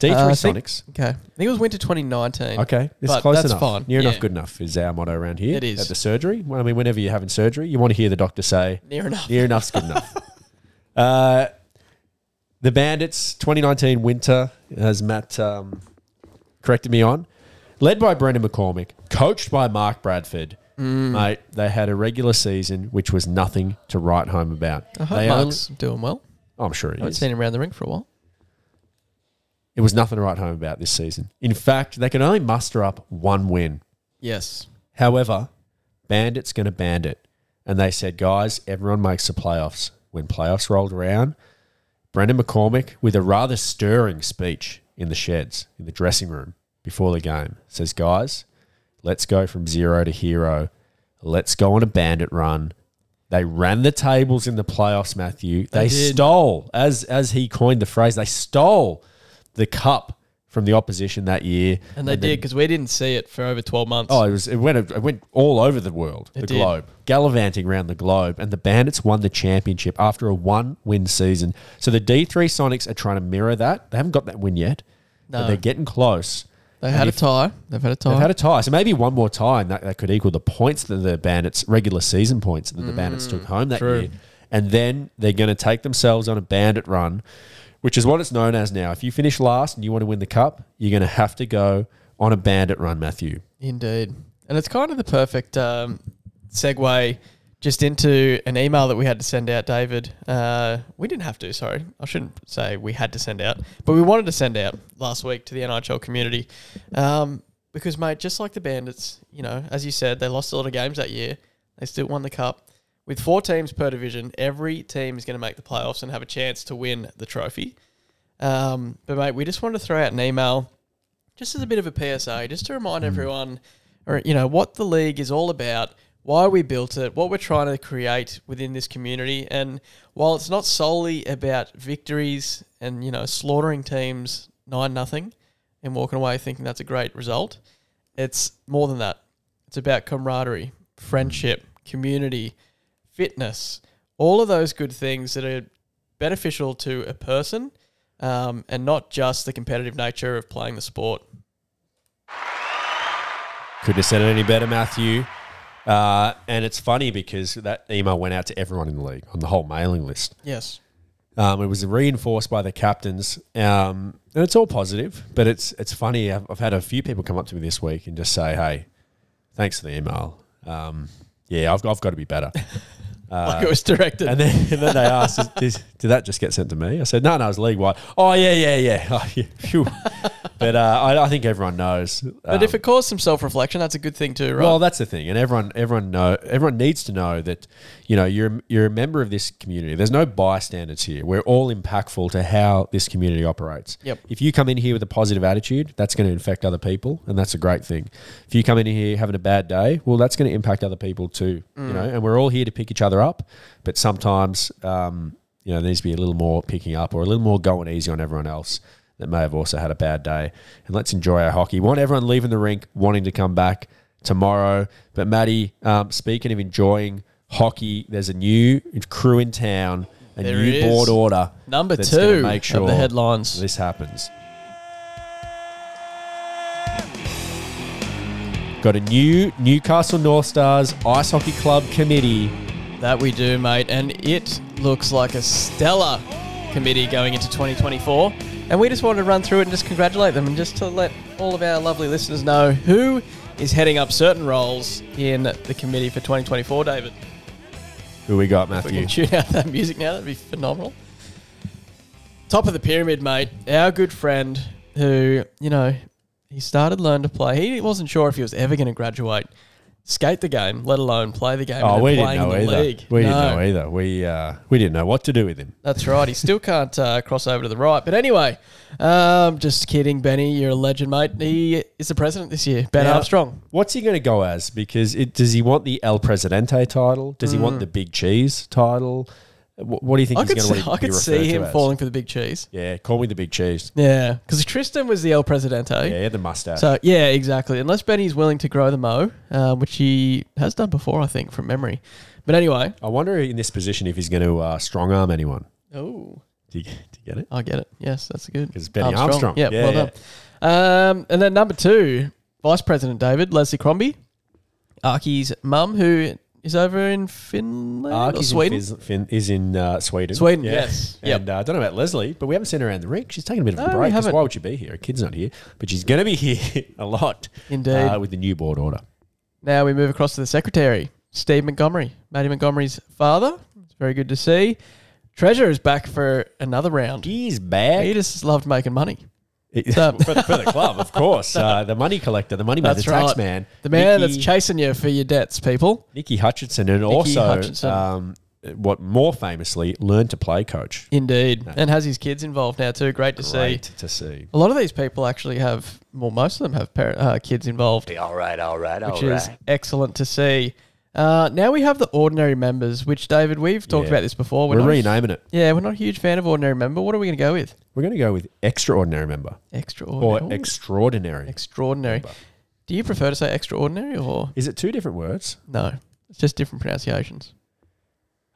Speaker 3: D3
Speaker 2: Uh, I think-
Speaker 3: Sonics.
Speaker 2: Okay. I think it was winter 2019.
Speaker 3: Okay, it's
Speaker 2: But
Speaker 3: close
Speaker 2: that's
Speaker 3: enough.
Speaker 2: fine.
Speaker 3: Near
Speaker 2: Yeah.
Speaker 3: enough, good enough is our motto around here.
Speaker 2: It is.
Speaker 3: at the surgery. Well, I mean, whenever you're having surgery, you want to hear the doctor say,
Speaker 2: Near enough.
Speaker 3: "Near enough's good enough." Uh, the Bandits 2019 winter, as Matt um, corrected me on, led by Brendan McCormick, coached by Mark Bradford.
Speaker 2: Mm.
Speaker 3: Mate, they had a regular season which was nothing to write home about.
Speaker 2: I hope
Speaker 3: They only-
Speaker 2: Mark's doing well.
Speaker 3: I'm sure it
Speaker 6: I haven't
Speaker 3: is.
Speaker 6: seen him around the ring for a while.
Speaker 3: It was nothing to write home about this season. In fact, they can only muster up one win.
Speaker 2: Yes.
Speaker 3: However, Bandit's going to Bandit. And they said, guys, everyone makes the playoffs. When playoffs rolled around, Brendan McCormick, with a rather stirring speech in the sheds, in the dressing room before the game, says, guys, let's go from zero to hero. Let's go on a Bandit run. They ran the tables in the playoffs, Matthew. They,
Speaker 2: did.
Speaker 3: stole, as as he coined the phrase, they stole the cup from the opposition that year.
Speaker 2: And they did because we didn't see it for over 12 months.
Speaker 3: Oh, it was it went it went all over the world, the
Speaker 2: did.
Speaker 3: globe, gallivanting around the globe, and the Bandits won the championship after a one-win season. So the D three Sonics are trying to mirror that. They haven't got that win yet, but
Speaker 6: No.
Speaker 3: they're getting close.
Speaker 6: They had a
Speaker 3: if-
Speaker 6: tie. They've had a tie.
Speaker 3: They've had a tie, so maybe one more tie, and that, that could equal the points that the Bandits regular season points that the Bandits took home that year. And then they're going to take themselves on a Bandit run, which is what it's known as now. If you finish last and you want to win the cup, you're going to have to go on a Bandit run, Matthew.
Speaker 6: Indeed.
Speaker 2: And it's kind of the perfect um, segue just into an email that we had to send out, David. Uh, we didn't have to, sorry. I shouldn't say we had to send out, but we wanted to send out last week to the NHL community. Um, because, mate, just like the Bandits, you know, as you said, they lost a lot of games that year. They still won the cup. With four teams per division, every team is going to make the playoffs and have a chance to win the trophy. Um, but, mate, we just wanted to throw out an email just as a bit of a PSA, just to remind everyone, or you know, what the league is all about, why we built it, what we're trying to create within this community, and while it's not solely about victories and you know slaughtering teams nine nothing and walking away thinking that's a great result, it's more than that. It's about camaraderie, friendship, community, fitness, all of those good things that are beneficial to a person um, and not just the competitive nature of playing the sport.
Speaker 3: Couldn't have said it any better, Matthew. Uh, and it's funny because that email went out to everyone in the league on the whole mailing list.
Speaker 2: Yes.
Speaker 3: Um, it was reinforced by the captains, um, and it's all positive. But it's it's funny. I've, I've had a few people come up to me this week and just say, "Hey, thanks for the email. Um, yeah, I've, I've got to be better."
Speaker 2: like it was directed.
Speaker 3: Uh, And then, and then they asked, "Is- is- did that just get sent to me? I said, no, no, it was league wide. Oh, yeah, yeah, yeah. Oh, yeah. Phew. but uh, I, I think everyone knows.
Speaker 2: but
Speaker 3: um,
Speaker 2: if it caused some self reflection, that's a good thing too, right?
Speaker 3: Well, that's the thing, and everyone, everyone know, everyone needs to know that, you know, you're you're a member of this community. There's no bystanders here. We're all impactful to how this community operates.
Speaker 2: Yep.
Speaker 3: If you come in here with a positive attitude, that's going to infect other people, and that's a great thing. If you come in here having a bad day, well, that's going to impact other people too. You
Speaker 2: Mm.
Speaker 3: know, and we're all here to pick each other up, but sometimes, um, you know, there needs to be a little more picking up or a little more going easy on everyone else that may have also had a bad day. And let's enjoy our hockey. We want everyone leaving the rink wanting to come back tomorrow. But Maddie, um, speaking of enjoying hockey, there's a new crew in town, a
Speaker 2: There
Speaker 3: new
Speaker 2: is.
Speaker 3: board order.
Speaker 2: Number
Speaker 3: that's gonna
Speaker 2: two
Speaker 3: make sure
Speaker 2: of the headlines.
Speaker 3: This happens. Got a new Newcastle North Stars Ice Hockey Club committee.
Speaker 2: That we do, mate. And it looks like a stellar committee going into 2024. And we just wanted to run through it and just congratulate them and just to let all of our lovely listeners know who is heading up certain roles in the committee for 2024, David.
Speaker 3: Who we got,
Speaker 2: If we
Speaker 3: Matthew?
Speaker 2: can tune out that music now, that'd be phenomenal. Top of the pyramid, mate. Our good friend who, you know, he started learn to play. He wasn't sure if he was ever going to graduate, skate the game, let alone play the game. and
Speaker 3: Oh,
Speaker 2: then
Speaker 3: we didn't
Speaker 2: playing
Speaker 3: know
Speaker 2: in the
Speaker 3: either.
Speaker 2: League.
Speaker 3: We
Speaker 2: No.
Speaker 3: didn't know either. We uh, we didn't know what to do with him.
Speaker 2: That's right. He still can't uh, cross over to the right. But anyway, um, just kidding, Benny. You're a legend, mate. He is the president this year. Ben
Speaker 3: Now,
Speaker 2: Armstrong.
Speaker 3: What's he going to go as? Because it, does he want the El Presidente title? Does he want the Big Cheese title? What, what do you think
Speaker 2: Hmm. I
Speaker 3: he's
Speaker 2: could,
Speaker 3: going
Speaker 2: see,
Speaker 3: to
Speaker 2: I
Speaker 3: be
Speaker 2: could
Speaker 3: referred
Speaker 2: see
Speaker 3: to
Speaker 2: him
Speaker 3: as?
Speaker 2: falling for the big cheese.
Speaker 3: Yeah, call me the Big Cheese.
Speaker 2: Yeah, because Tristan was the El Presidente.
Speaker 3: Yeah, he had the mustache.
Speaker 2: So yeah, exactly. Unless Benny's willing to grow the mo, uh, which he has done before, I think, from memory. But anyway,
Speaker 3: I wonder in this position if he's going to uh, strong arm anyone.
Speaker 2: oh,
Speaker 3: Do you, do you get it?
Speaker 2: I get it. Yes, that's good.
Speaker 3: 'Cause Benny Armstrong.
Speaker 2: Yeah,
Speaker 3: Yeah,
Speaker 2: well
Speaker 3: yeah.
Speaker 2: done. Um, and then number two, Vice President David Leslie Crombie, Arky's mum, who is over in Finland
Speaker 3: Ark
Speaker 2: or
Speaker 3: is in
Speaker 2: Sweden.
Speaker 3: Fis- Fin- is in uh, Sweden.
Speaker 2: Sweden, yes. Yep.
Speaker 3: And uh, I don't know about Leslie, but we haven't seen her around the rink. She's taking a bit of a
Speaker 2: No, we
Speaker 3: break. 'cause
Speaker 2: haven't.
Speaker 3: Why would she be here? Her kid's not here, but she's going to be here a lot.
Speaker 2: Indeed.
Speaker 3: Uh, with the new board order.
Speaker 2: Now we move across to the secretary, Steve Montgomery, Matty Montgomery's father. It's very good to see. Treasure is back for another round.
Speaker 1: He's
Speaker 2: He
Speaker 1: bad.
Speaker 2: just loved making money.
Speaker 3: for, the, for the club, of course. Uh, the money collector, the money man, the
Speaker 2: That's right.
Speaker 3: tax man.
Speaker 2: The man
Speaker 3: Nicky-
Speaker 2: that's chasing you for your debts, people.
Speaker 3: Nicky Hutchinson, and also
Speaker 2: Hutchinson.
Speaker 3: Um, what more famously, learned to play coach.
Speaker 2: Indeed. And has his kids involved now, too. Great to
Speaker 3: Great
Speaker 2: see.
Speaker 3: to see.
Speaker 2: A lot of these people actually have, well, most of them have par uh, kids involved. All right, all right, all right. Which is excellent to see. Uh, now we have the ordinary members, which, David, we've talked
Speaker 3: Yeah.
Speaker 2: about this before.
Speaker 3: We're,
Speaker 2: not-
Speaker 3: renaming it.
Speaker 2: Yeah, we're not a huge fan of ordinary member. What are we going to go with?
Speaker 3: We're going to go with extraordinary member or
Speaker 2: Extraordinary. Ooh,
Speaker 3: extraordinary.
Speaker 2: extraordinary. Do you prefer to say extraordinary or
Speaker 3: Is it two different words?
Speaker 2: no? It's just different pronunciations.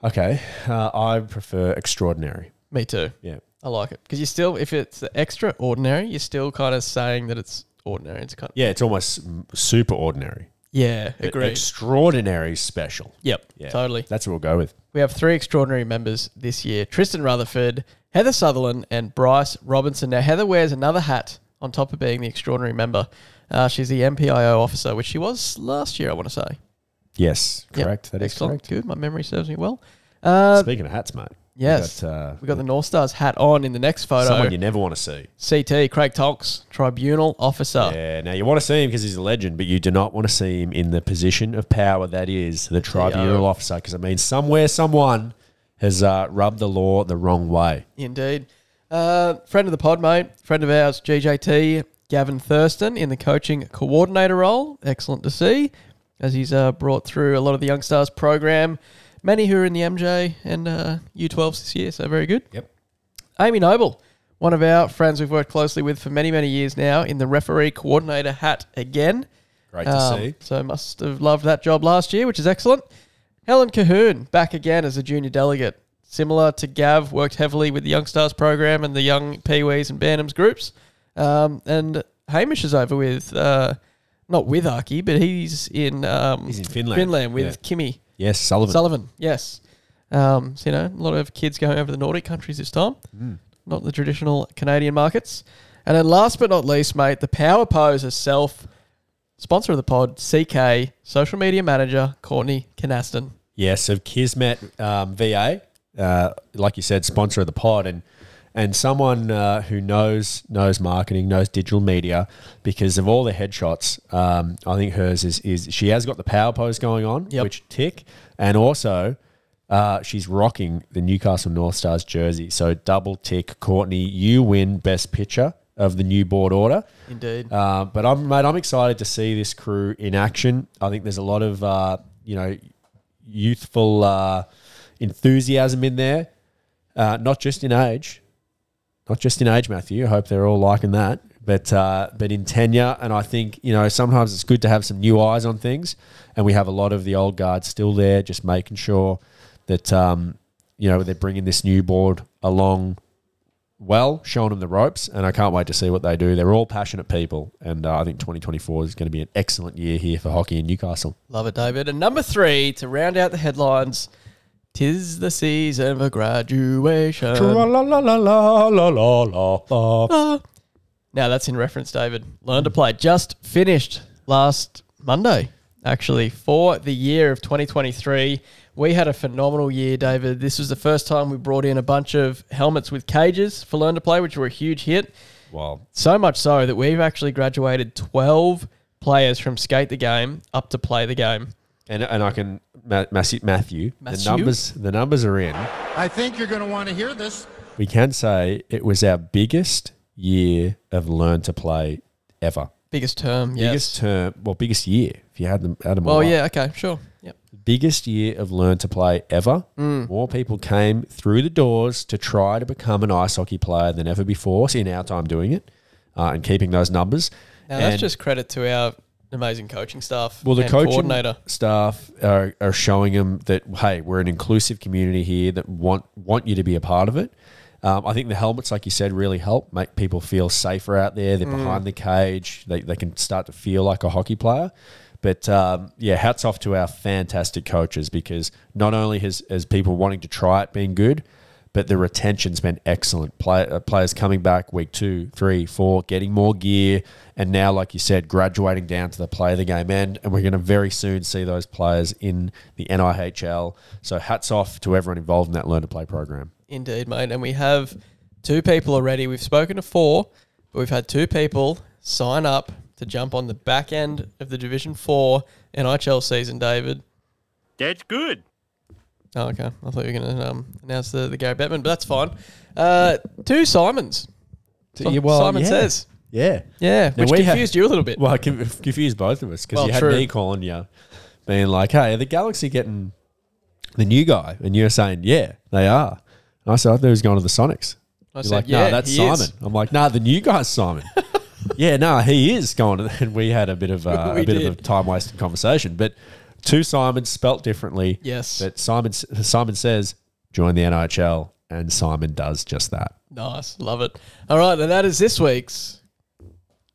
Speaker 3: Okay, uh, I prefer extraordinary.
Speaker 2: Me too.
Speaker 3: Yeah,
Speaker 2: I like it because you still, if it's the extraordinary, you're still kind of saying that it's ordinary. It's kind of
Speaker 3: yeah. It's almost mm, super ordinary.
Speaker 2: yeah,
Speaker 3: but
Speaker 2: agreed.
Speaker 3: Extraordinary special.
Speaker 2: yep,
Speaker 3: Yeah,
Speaker 2: totally.
Speaker 3: That's what we'll go with.
Speaker 2: We have three extraordinary members this year: Tristan Rutherford, Heather Sutherland, and Bryce Robinson. Now Heather wears another hat on top of being the extraordinary member. Uh, she's the MPIO officer, which she was last year, I want to say.
Speaker 3: Yes,
Speaker 2: Yep.
Speaker 3: correct. That is
Speaker 2: Excellent.
Speaker 3: correct.
Speaker 2: Good. My memory serves me well. Uh,
Speaker 3: Speaking of hats, mate. we
Speaker 2: Yes.
Speaker 3: got, uh,
Speaker 2: we got the North Stars hat on in the next photo.
Speaker 3: someone you never want to see.
Speaker 2: CT, Craig Tolks, Tribunal Officer.
Speaker 3: Yeah, now you want to see him because he's a legend, but you do not want to see him in the position of power that is the tribunal officer. Because I mean, somewhere someone has uh, rubbed the law the wrong way.
Speaker 2: Indeed. Uh, friend of the pod, mate. Friend of ours, GJT, Gavin Thurston in the coaching coordinator role. Excellent to see as he's uh, brought through a lot of the Young Stars program. Many who are in the MJ and uh, U12s this year, so very good.
Speaker 3: Yep.
Speaker 2: Amy Noble, one of our friends we've worked closely with for many, many years now, in the referee coordinator hat again.
Speaker 3: Great
Speaker 2: Um,
Speaker 3: to see.
Speaker 2: So must have loved that job last year, which is excellent. Helen Cahoon back again as a junior delegate. Similar to Gav, worked heavily with the Young Stars program and the young Peewees and Bantams groups. Um, and Hamish is over with, uh, not with Archie, but he's in, um,
Speaker 3: He's in Finland.
Speaker 2: with
Speaker 3: Yeah.
Speaker 2: Kimmy
Speaker 3: Yes, Sullivan.
Speaker 2: Sullivan. Yes. Um, so, you know, a lot of kids going over to the Nordic countries this time, not the traditional Canadian markets. And then last but not least, mate, the power pose herself, sponsor of the pod, CK, social media manager, Courtney Canaston.
Speaker 3: Yes, of Kismet um, VA, uh, like you said, sponsor of the pod, and and someone uh, who knows knows marketing, knows digital media, because of all the headshots. Um, I think hers is is she has got the power pose going on,
Speaker 2: Yep.
Speaker 3: which tick, and also. Uh, she's rocking the Newcastle North Stars jersey. So double tick, Courtney. You win best picture of the new board order.
Speaker 2: Indeed.
Speaker 3: Uh, but I'm mate, I'm excited to see this crew in action. I think there's a lot of uh, you know youthful uh, enthusiasm in there, uh, not just in age, not just in age, Matthew. I hope they're all liking that, but uh, but in tenure. And I think you know sometimes it's good to have some new eyes on things, and we have a lot of the old guard still there, just making sure that um, you know they're bringing this new board along well, showing them the ropes, and I can't wait to see what they do. They're all passionate people, and uh, I think 2024 is going to be an excellent year here for hockey in Newcastle.
Speaker 2: Love it, David. And number three, to round out the headlines, tis the season for graduation. Ah. Now that's in reference, David. Learn to play. Just finished last Monday, actually, for the year of 2023. We had a phenomenal year, David. This was the first time we brought in a bunch of helmets with cages for Learn to Play, which were a huge hit.
Speaker 3: Wow.
Speaker 2: So much so that we've actually graduated 12 players from skate the game up to play the game.
Speaker 3: And, and I can Ma- Matthew, Matthew, the
Speaker 2: Matthew?
Speaker 3: numbers the numbers are in.
Speaker 6: I think you're going to want to hear this.
Speaker 3: We can say it was our biggest year of learn to play ever.
Speaker 2: Biggest term, yes.
Speaker 3: Biggest term, well, biggest year if you had them. Had them all
Speaker 2: Well,
Speaker 3: up.
Speaker 2: yeah, okay, sure. Yep.
Speaker 3: biggest year of learn to play ever.
Speaker 2: Mm.
Speaker 3: More people came through the doors to try to become an ice hockey player than ever before in our time doing it uh, and keeping those numbers.
Speaker 2: Now that's
Speaker 3: And-
Speaker 2: just credit to our amazing coaching staff.
Speaker 3: well, the
Speaker 2: and
Speaker 3: coaching
Speaker 2: coordinator.
Speaker 3: staff are, are showing them that hey, we're an inclusive community here that want want you to be a part of it. Um, I think the helmets, like you said, really help make people feel safer out there. They're
Speaker 2: Mm.
Speaker 3: behind the cage. They, they can start to feel like a hockey player. But um, yeah, hats off to our fantastic coaches because not only has, has people wanting to try it been good, but the retention's been excellent. Play, uh, players coming back week two, three, four, getting more gear, and now, like you said, graduating down to the play of the game end. And we're going to very soon see those players in the NIHL. So hats off to everyone involved in that learn to play program.
Speaker 2: Indeed, mate. And we have two people already. We've spoken to four, but we've had two people sign up to jump on the back end of the Division 4 NHL season, David.
Speaker 7: That's good.
Speaker 2: Oh, okay. I thought you were going to um, announce the, the Gary Bettman, but that's fine. Uh, two Simons.
Speaker 3: So, yeah, well,
Speaker 2: Simon
Speaker 3: yeah.
Speaker 2: says.
Speaker 3: Yeah.
Speaker 2: Yeah,
Speaker 3: Now
Speaker 2: which
Speaker 3: we have-
Speaker 2: confused you a little bit.
Speaker 3: Well, it con- confused both of us because
Speaker 2: Well,
Speaker 3: you had
Speaker 2: true.
Speaker 3: me calling you, being like, "Hey, are the Galaxy getting the new guy?" And you're saying, "Yeah, they are." And I said, "I thought he was going to the Sonics."
Speaker 2: I
Speaker 3: You're
Speaker 2: said,
Speaker 3: like, "No,
Speaker 2: yeah,
Speaker 3: that's
Speaker 2: he
Speaker 3: Simon."
Speaker 2: is.
Speaker 3: I'm like, "No, the new guy's Simon." yeah, no, he is going. To, and we had a bit of uh,
Speaker 2: We
Speaker 3: a bit of a
Speaker 2: did.
Speaker 3: time wasted conversation, but two Simons spelt differently.
Speaker 2: Yes.
Speaker 3: but Simon s- Simon says join the NHL, and Simon does just that.
Speaker 2: Nice. Love it. All right, and that is this week's.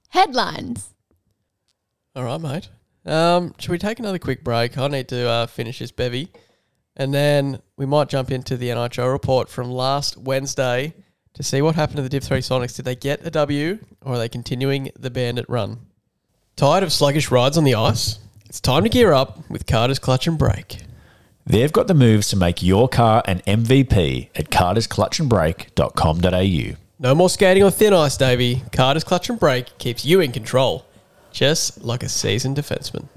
Speaker 8: Headlines.
Speaker 2: All right, mate. Um, should we take another quick break? I need to uh, finish this bevy. And then we might jump into the NHL report from last Wednesday to see what happened to the Div 3 Sonics. Did they get a W or are they continuing the bandit run? Tired of sluggish rides on the ice? It's time to gear up with Carter's Clutch and Brake.
Speaker 1: They've got the moves to make your car an MVP at cartersclutchandbrake.com.au.
Speaker 2: No more skating on thin ice, Davey. Carter's Clutch and Brake keeps you in control, just like a seasoned defenseman.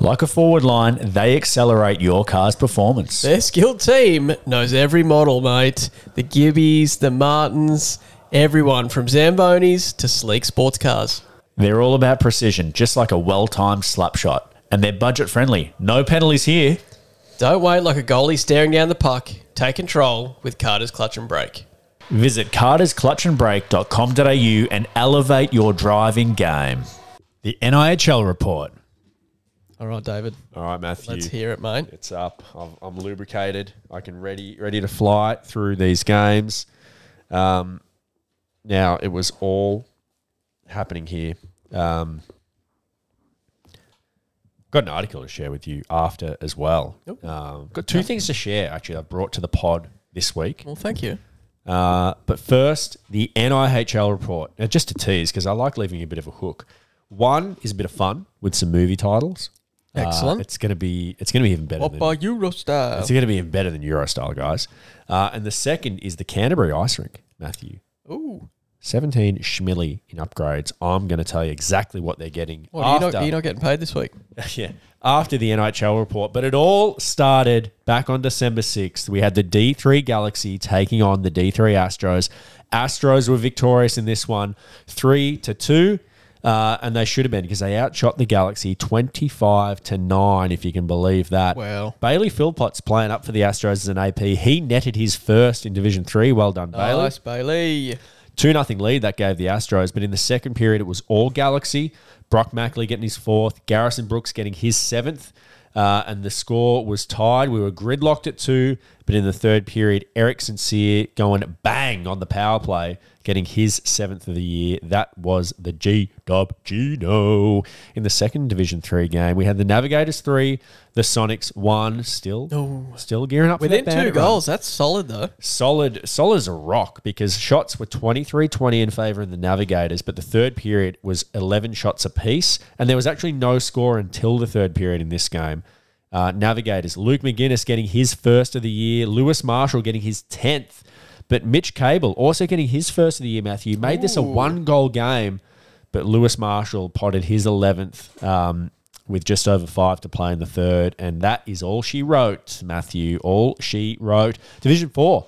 Speaker 1: Like a forward line, they accelerate your car's performance.
Speaker 2: Their skilled team knows every model, mate. The Gibbies, the Martins, everyone from Zambonis to sleek sports cars.
Speaker 1: They're all about precision, just like a well timed slap shot. And they're budget friendly. No penalties here.
Speaker 2: Don't wait like a goalie staring down the puck. Take control with Carter's Clutch and Brake.
Speaker 1: Visit cartersclutchandbrake.com.au and elevate your driving game. The NIHL report.
Speaker 2: All right, David.
Speaker 3: All right, Matthew.
Speaker 2: Let's hear it, mate.
Speaker 3: It's up. I'm, I'm lubricated. I can ready ready to fly through these games. Um, now it was all happening here. Um, got an article to share with you after as well. Um, got two things to share actually. I've brought to the pod this week.
Speaker 2: Well, thank you.
Speaker 3: Uh, but first, the NIHL report. Now, just to tease, because I like leaving you a bit of a hook. One is a bit of fun with some movie titles. Uh,
Speaker 2: Excellent.
Speaker 3: it's gonna be it's gonna be even better.
Speaker 2: What
Speaker 3: than-
Speaker 2: by Eurostar?
Speaker 3: it's going to be even better than Eurostyle, guys. Uh, and the second is the Canterbury Ice Rink, Matthew.
Speaker 2: Ooh.
Speaker 3: 17 schmilly in upgrades. I'm going to tell you exactly what they're getting
Speaker 2: What, are, you not,
Speaker 3: after,
Speaker 2: are you not getting paid this week?
Speaker 3: yeah, after the NHL report. But it all started back on December 6th. We had the D3 Galaxy taking on the D3 Astros. Astros were victorious in this one, 3 to 2. Uh, and they should have been because they outshot the Galaxy 25 to 9, if you can believe that.
Speaker 2: Wow.
Speaker 3: Bailey Philpott's playing up for the Astros as an AP. He netted his first in Division 3. Well done, Bailey.
Speaker 2: Nice, Bailey.
Speaker 3: 2 0 lead that gave the Astros, but in the second period, it was all Galaxy. Brock Mackley getting his fourth, Garrison Brooks getting his seventh, uh, and the score was tied. We were gridlocked at two, but in the third period, Eric Sincere going bang on the power play, getting his seventh of the year. That was the G Dub Gino. In the second Division 3 game, we had the Navigators 3, the Sonics 1, still, still gearing up for
Speaker 2: Within
Speaker 3: that
Speaker 2: two
Speaker 3: bandit run
Speaker 2: goals. That's solid, though.
Speaker 3: solid solid as a rock because shots were 23-20 in favor of the navigators but the third period was 11 shots apiece and there was actually no score until the third period in this game uh, navigators luke mcguinness getting his first of the year lewis marshall getting his 10th but mitch cable also getting his first of the year matthew made this a one goal game but lewis marshall potted his 11th um, with just over five to play in the third. And that is all she wrote, Matthew. All she wrote. Division four,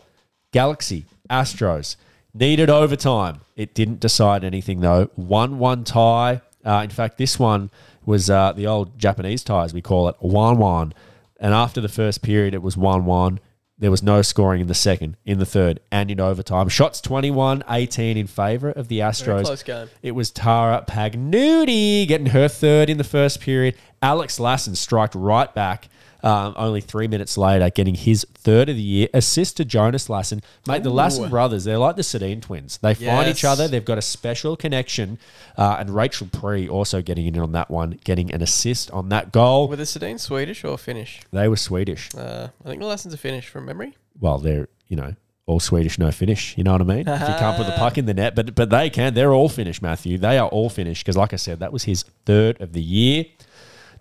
Speaker 3: Galaxy, Astros. Needed overtime. It didn't decide anything, though. 1 1 tie. Uh, in fact, this one was uh, the old Japanese tie, as we call it 1 1. And after the first period, it was 1 1. There was no scoring in the second, in the third, and in overtime. Shots 21 18 in favor of the Astros.
Speaker 2: close game.
Speaker 3: It was Tara Pagnuti getting her third in the first period. Alex Lassen striked right back. Um, only three minutes later, getting his third of the year. Assist to Jonas Lassen. Mate, the Lassen brothers, they're like the Sedin twins. They find each
Speaker 2: Yes.
Speaker 3: other. They've got a special connection. Uh, and Rachel Pree also getting in on that one, getting an assist on that goal.
Speaker 2: Were the Sedin Swedish or Finnish?
Speaker 3: They were Swedish.
Speaker 2: Uh, I think the lessons are Finnish from memory.
Speaker 3: Well, they're, you know, all Swedish, no Finnish. You know what I mean? if you can't put the puck in the net, but but they can. They're all Finnish, Matthew. They are all Finnish because, like I said, that was his third of the year.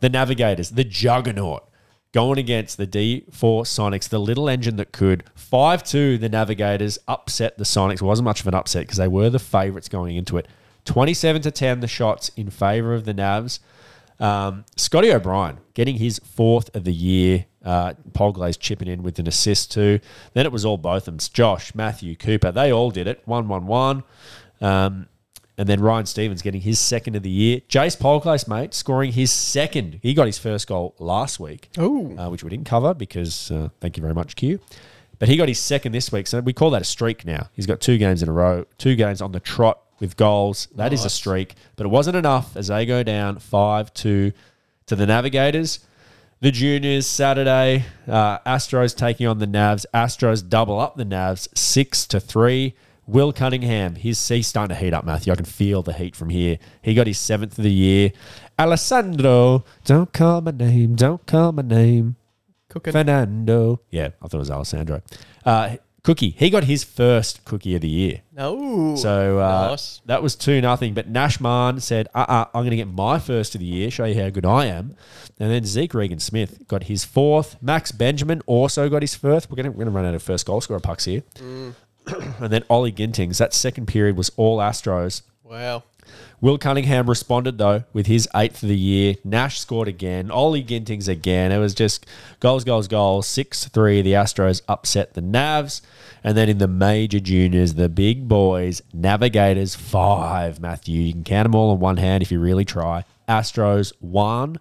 Speaker 3: The Navigators, the juggernaut, going against the D4 Sonics, the little engine that could. 5 2, the Navigators upset the Sonics. It wasn't much of an upset because they were the favourites going into it. 27 to 10, the shots in favour of the Navs. Um, Scotty O'Brien getting his fourth of the year. Uh, Poglay's chipping in with an assist too. Then it was all both of them. Josh, Matthew, Cooper. They all did it. One, one, one. Um, and then Ryan Stevens getting his second of the year. Jace Polkleis, mate, scoring his second. He got his first goal last week,
Speaker 2: Ooh.
Speaker 3: uh, which we didn't cover because uh, thank you very much, Q. But he got his second this week, so we call that a streak now. He's got two games in a row, two games on the trot with goals. That is a streak, but it wasn't enough as they go down five two to the Navigators. The juniors Saturday, uh, Astros taking on the Navs. Astros double up the Navs six to three. Will Cunningham, he's, he's starting to heat up, Matthew. I can feel the heat from here. He got his seventh of the year. Alessandro, don't call my name, don't call my name.
Speaker 2: Cooking.
Speaker 3: Fernando, yeah, I thought it was Alessandro. Uh, Cookie, he got his first Cookie of the year.
Speaker 2: no.
Speaker 3: So uh,
Speaker 2: Nice.
Speaker 3: that was 2 nothing. But Nashman said, uh uh-uh, I'm going to get my first of the year, show you how good I am. And then Zeke Regan Smith got his fourth. Max Benjamin also got his first. We're going we're to run out of first goal scorer pucks here. and then Ollie Gintings. That second period was all Astros.
Speaker 2: wow.
Speaker 3: Will Cunningham responded though with his eighth of the year. Nash scored again. Ollie Gintings again. It was just goals, goals, goals. Six three. The Astros upset the Navs, and then in the major juniors, the big boys, Navigators five. Matthew, you can count them all on one hand if you really try. Astros one,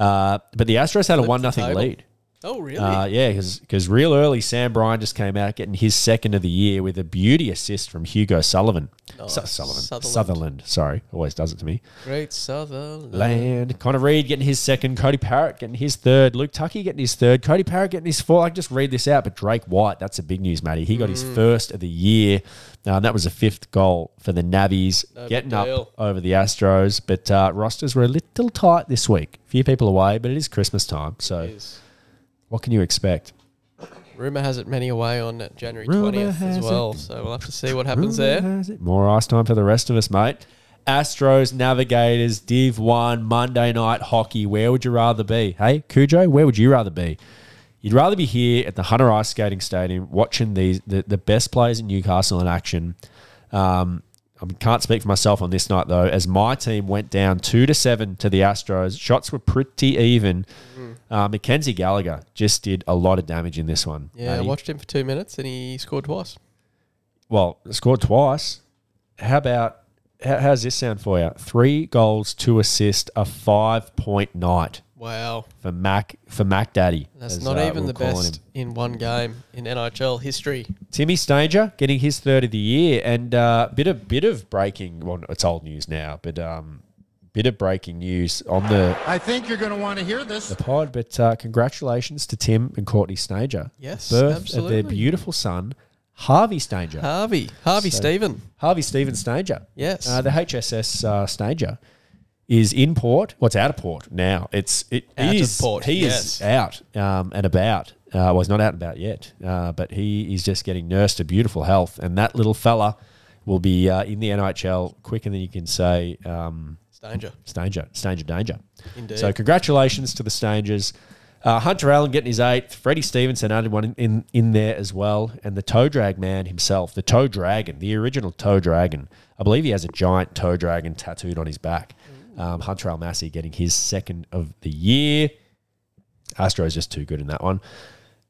Speaker 3: uh, but the Astros had a
Speaker 2: the
Speaker 3: one nothing
Speaker 2: table.
Speaker 3: lead.
Speaker 2: Oh, really?
Speaker 3: Uh, yeah, because real early, Sam Bryan just came out getting his second of the year with a beauty assist from Hugo Sullivan. Su- Sullivan.
Speaker 2: Oh, Sutherland.
Speaker 3: Sutherland. Sorry, always does it to me.
Speaker 2: Great Southern.
Speaker 3: Land. Connor Reed getting his second. Cody Parrott getting his third. Luke Tucky getting his third. Cody Parrott getting his fourth. I can just read this out, but Drake White, that's the big news, Matty. He got his
Speaker 2: Mm.
Speaker 3: first of the year. Um, that was a fifth goal for the Navvies,
Speaker 2: big
Speaker 3: getting
Speaker 2: deal.
Speaker 3: up over the Astros. But uh, rosters were a little tight this week. Few people away, but it is Christmas time. So
Speaker 2: Is.
Speaker 3: what can you expect?
Speaker 2: Rumor has it many away on January
Speaker 3: Rumour
Speaker 2: 20th as
Speaker 3: has
Speaker 2: well. So we'll have to see what happens there.
Speaker 3: Has it? More ice time for the rest of us, mate. Astros, Navigators, Div 1, Monday night hockey. Where would you rather be? Hey, Cujo, where would you rather be? You'd rather be here at the Hunter Ice Skating Stadium watching these the, the best players in Newcastle in action. Um, I can't speak for myself on this night though, as my team went down two to seven to the Astros. Shots were pretty even. Uh, Mackenzie Gallagher just did a lot of damage in this one.
Speaker 2: Yeah, I
Speaker 3: Uh, he
Speaker 2: watched him for two minutes and he scored twice.
Speaker 3: well, scored twice. How about how, how's this sound for you? Three goals, two assists, a five point night
Speaker 2: Wow.
Speaker 3: for Mac for Mac Daddy.
Speaker 2: That's
Speaker 3: as,
Speaker 2: not
Speaker 3: uh,
Speaker 2: even
Speaker 3: we're
Speaker 2: the
Speaker 3: calling
Speaker 2: best
Speaker 3: him.
Speaker 2: in one game in NHL history.
Speaker 3: Timmy Stanger getting his third of the year, and uh, bit of bit of breaking. Well, it's old news now, but um, bit of breaking news on the
Speaker 6: I think you're going to want to hear this.
Speaker 3: the pod. But uh, congratulations to Tim and Courtney Stanger.
Speaker 2: Yes,
Speaker 3: birth of their
Speaker 2: absolutely.
Speaker 3: beautiful son, Harvey Stanger.
Speaker 2: Harvey. Harvey
Speaker 3: So-
Speaker 2: Stephen.
Speaker 3: Harvey Stevens Stager.
Speaker 2: Yes.
Speaker 3: Uh, the HSS uh, Stager is in port. Well, it's out of port now. It's it
Speaker 2: Out of
Speaker 3: he is-
Speaker 2: port,
Speaker 3: He
Speaker 2: yes.
Speaker 3: is out um, and about. Uh, well, he's not out and about yet, uh, but he is just getting nursed to beautiful health, and that little fella will be uh, in the NHL quicker than you can say. Um,
Speaker 2: Stanger.
Speaker 3: Stanger, Stanger danger.
Speaker 2: Indeed.
Speaker 3: So congratulations to the Stangers. Uh, Hunter Allen getting his eighth. Freddie Stevenson added one in, in, in there as well. And the toe drag man himself, the toe dragon, the original toe dragon. I believe he has a giant toe dragon tattooed on his back. Um, Hunter Al Massey getting his second of the year. Astro's just too good in that one.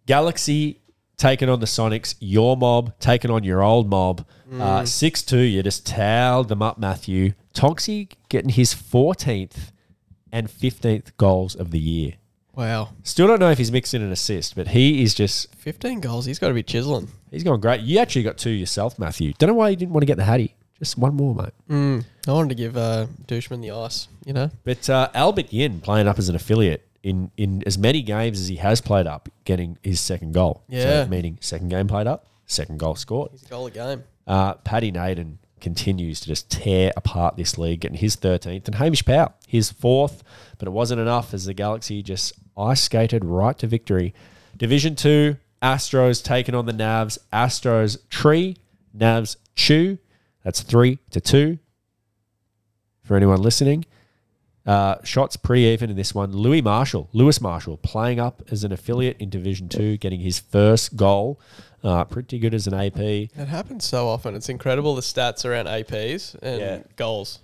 Speaker 3: Galaxy taking on the Sonics. Your mob taking on your old mob. Uh, Six two. You just towed them up, Matthew. Tonksy getting his fourteenth and fifteenth goals of the year.
Speaker 2: Wow.
Speaker 3: Still don't know if he's mixed in an assist, but he is just
Speaker 2: 15 goals. He's got to be chiseling.
Speaker 3: he's going great. You actually got two yourself, Matthew. Don't know why you didn't want to get the Hattie. Just one more, mate.
Speaker 2: I wanted to give uh, Douchman the ice, you know?
Speaker 3: But uh, Albert Yin playing up as an affiliate in, in as many games as he has played up, getting his second goal.
Speaker 2: Yeah.
Speaker 3: So, meaning second game played up, second goal scored.
Speaker 2: He's a goal a game.
Speaker 3: Uh, Paddy Naden continues to just tear apart this league, getting his 13th, and Hamish Powell, his fourth, but it wasn't enough as the Galaxy just ice skated right to victory. Division 2, Astros taking on the Navs. Astros tree, Navs chew. That's 3 to 2 for anyone listening. Uh, shots pretty even in this one. Louis Marshall, Lewis Marshall, playing up as an affiliate in Division Two, getting his first goal. Uh, pretty good as an AP.
Speaker 2: It happens so often. It's incredible the stats around APs and goals.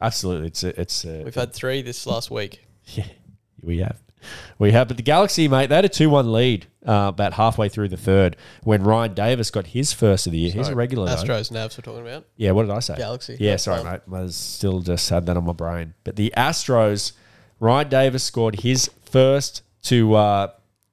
Speaker 3: Absolutely, it's a, it's a,
Speaker 2: We've had three this last week.
Speaker 3: Yeah, we have. We have. But the Galaxy, mate, they had a 2 1 lead uh, about halfway through the third when Ryan Davis got his first of the year. He's a regular. though.
Speaker 2: Astros, Navs, we're talking about.
Speaker 3: Yeah, what did I say?
Speaker 2: Galaxy.
Speaker 3: Yeah,
Speaker 2: Oh,
Speaker 3: sorry,
Speaker 2: oh.
Speaker 3: mate. I was still just had that on my brain. But the Astros, Ryan Davis scored his first to uh,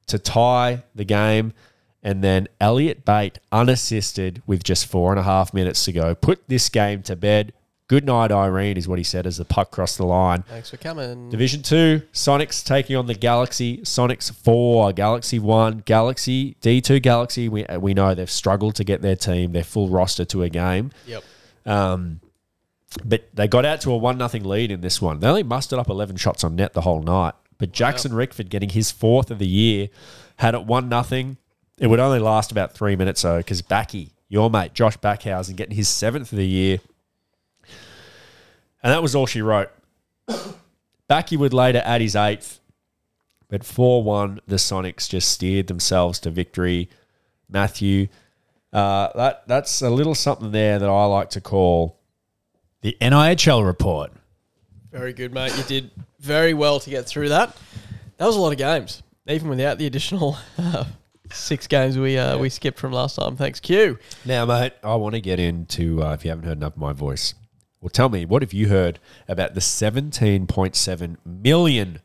Speaker 3: to tie the game. And then Elliot Bate, unassisted with just four and a half minutes to go, put this game to bed. Good night, Irene, is what he said as the puck crossed the line.
Speaker 2: Thanks for coming.
Speaker 3: Mm. Division two, Sonics taking on the Galaxy. Sonics four, Galaxy one, Galaxy D two, Galaxy. We we know they've struggled to get their team, their full roster to a game,
Speaker 2: Yep.
Speaker 3: but they got out to a one nothing lead in this one. They only mustered up eleven shots on net the whole night. But Jackson Rickford getting his fourth of the year had it one nothing. It would only last about three minutes though, because Backy, your mate Josh Backhausen, getting his seventh of the year, and that was all she wrote. Backy would later add his eighth, but 4 1, the Sonics just steered themselves to victory. Matthew, uh, that, that's a little something there that I like to call.
Speaker 1: The NIHL report.
Speaker 2: Very good, mate. You did very well to get through that. That was a lot of games, even without the additional uh, six games we uh, we skipped from last time. Thanks, Q.
Speaker 3: Now, mate, I want to get into, uh, if you haven't heard enough of my voice, well, tell me, what have you heard about the $17.7 million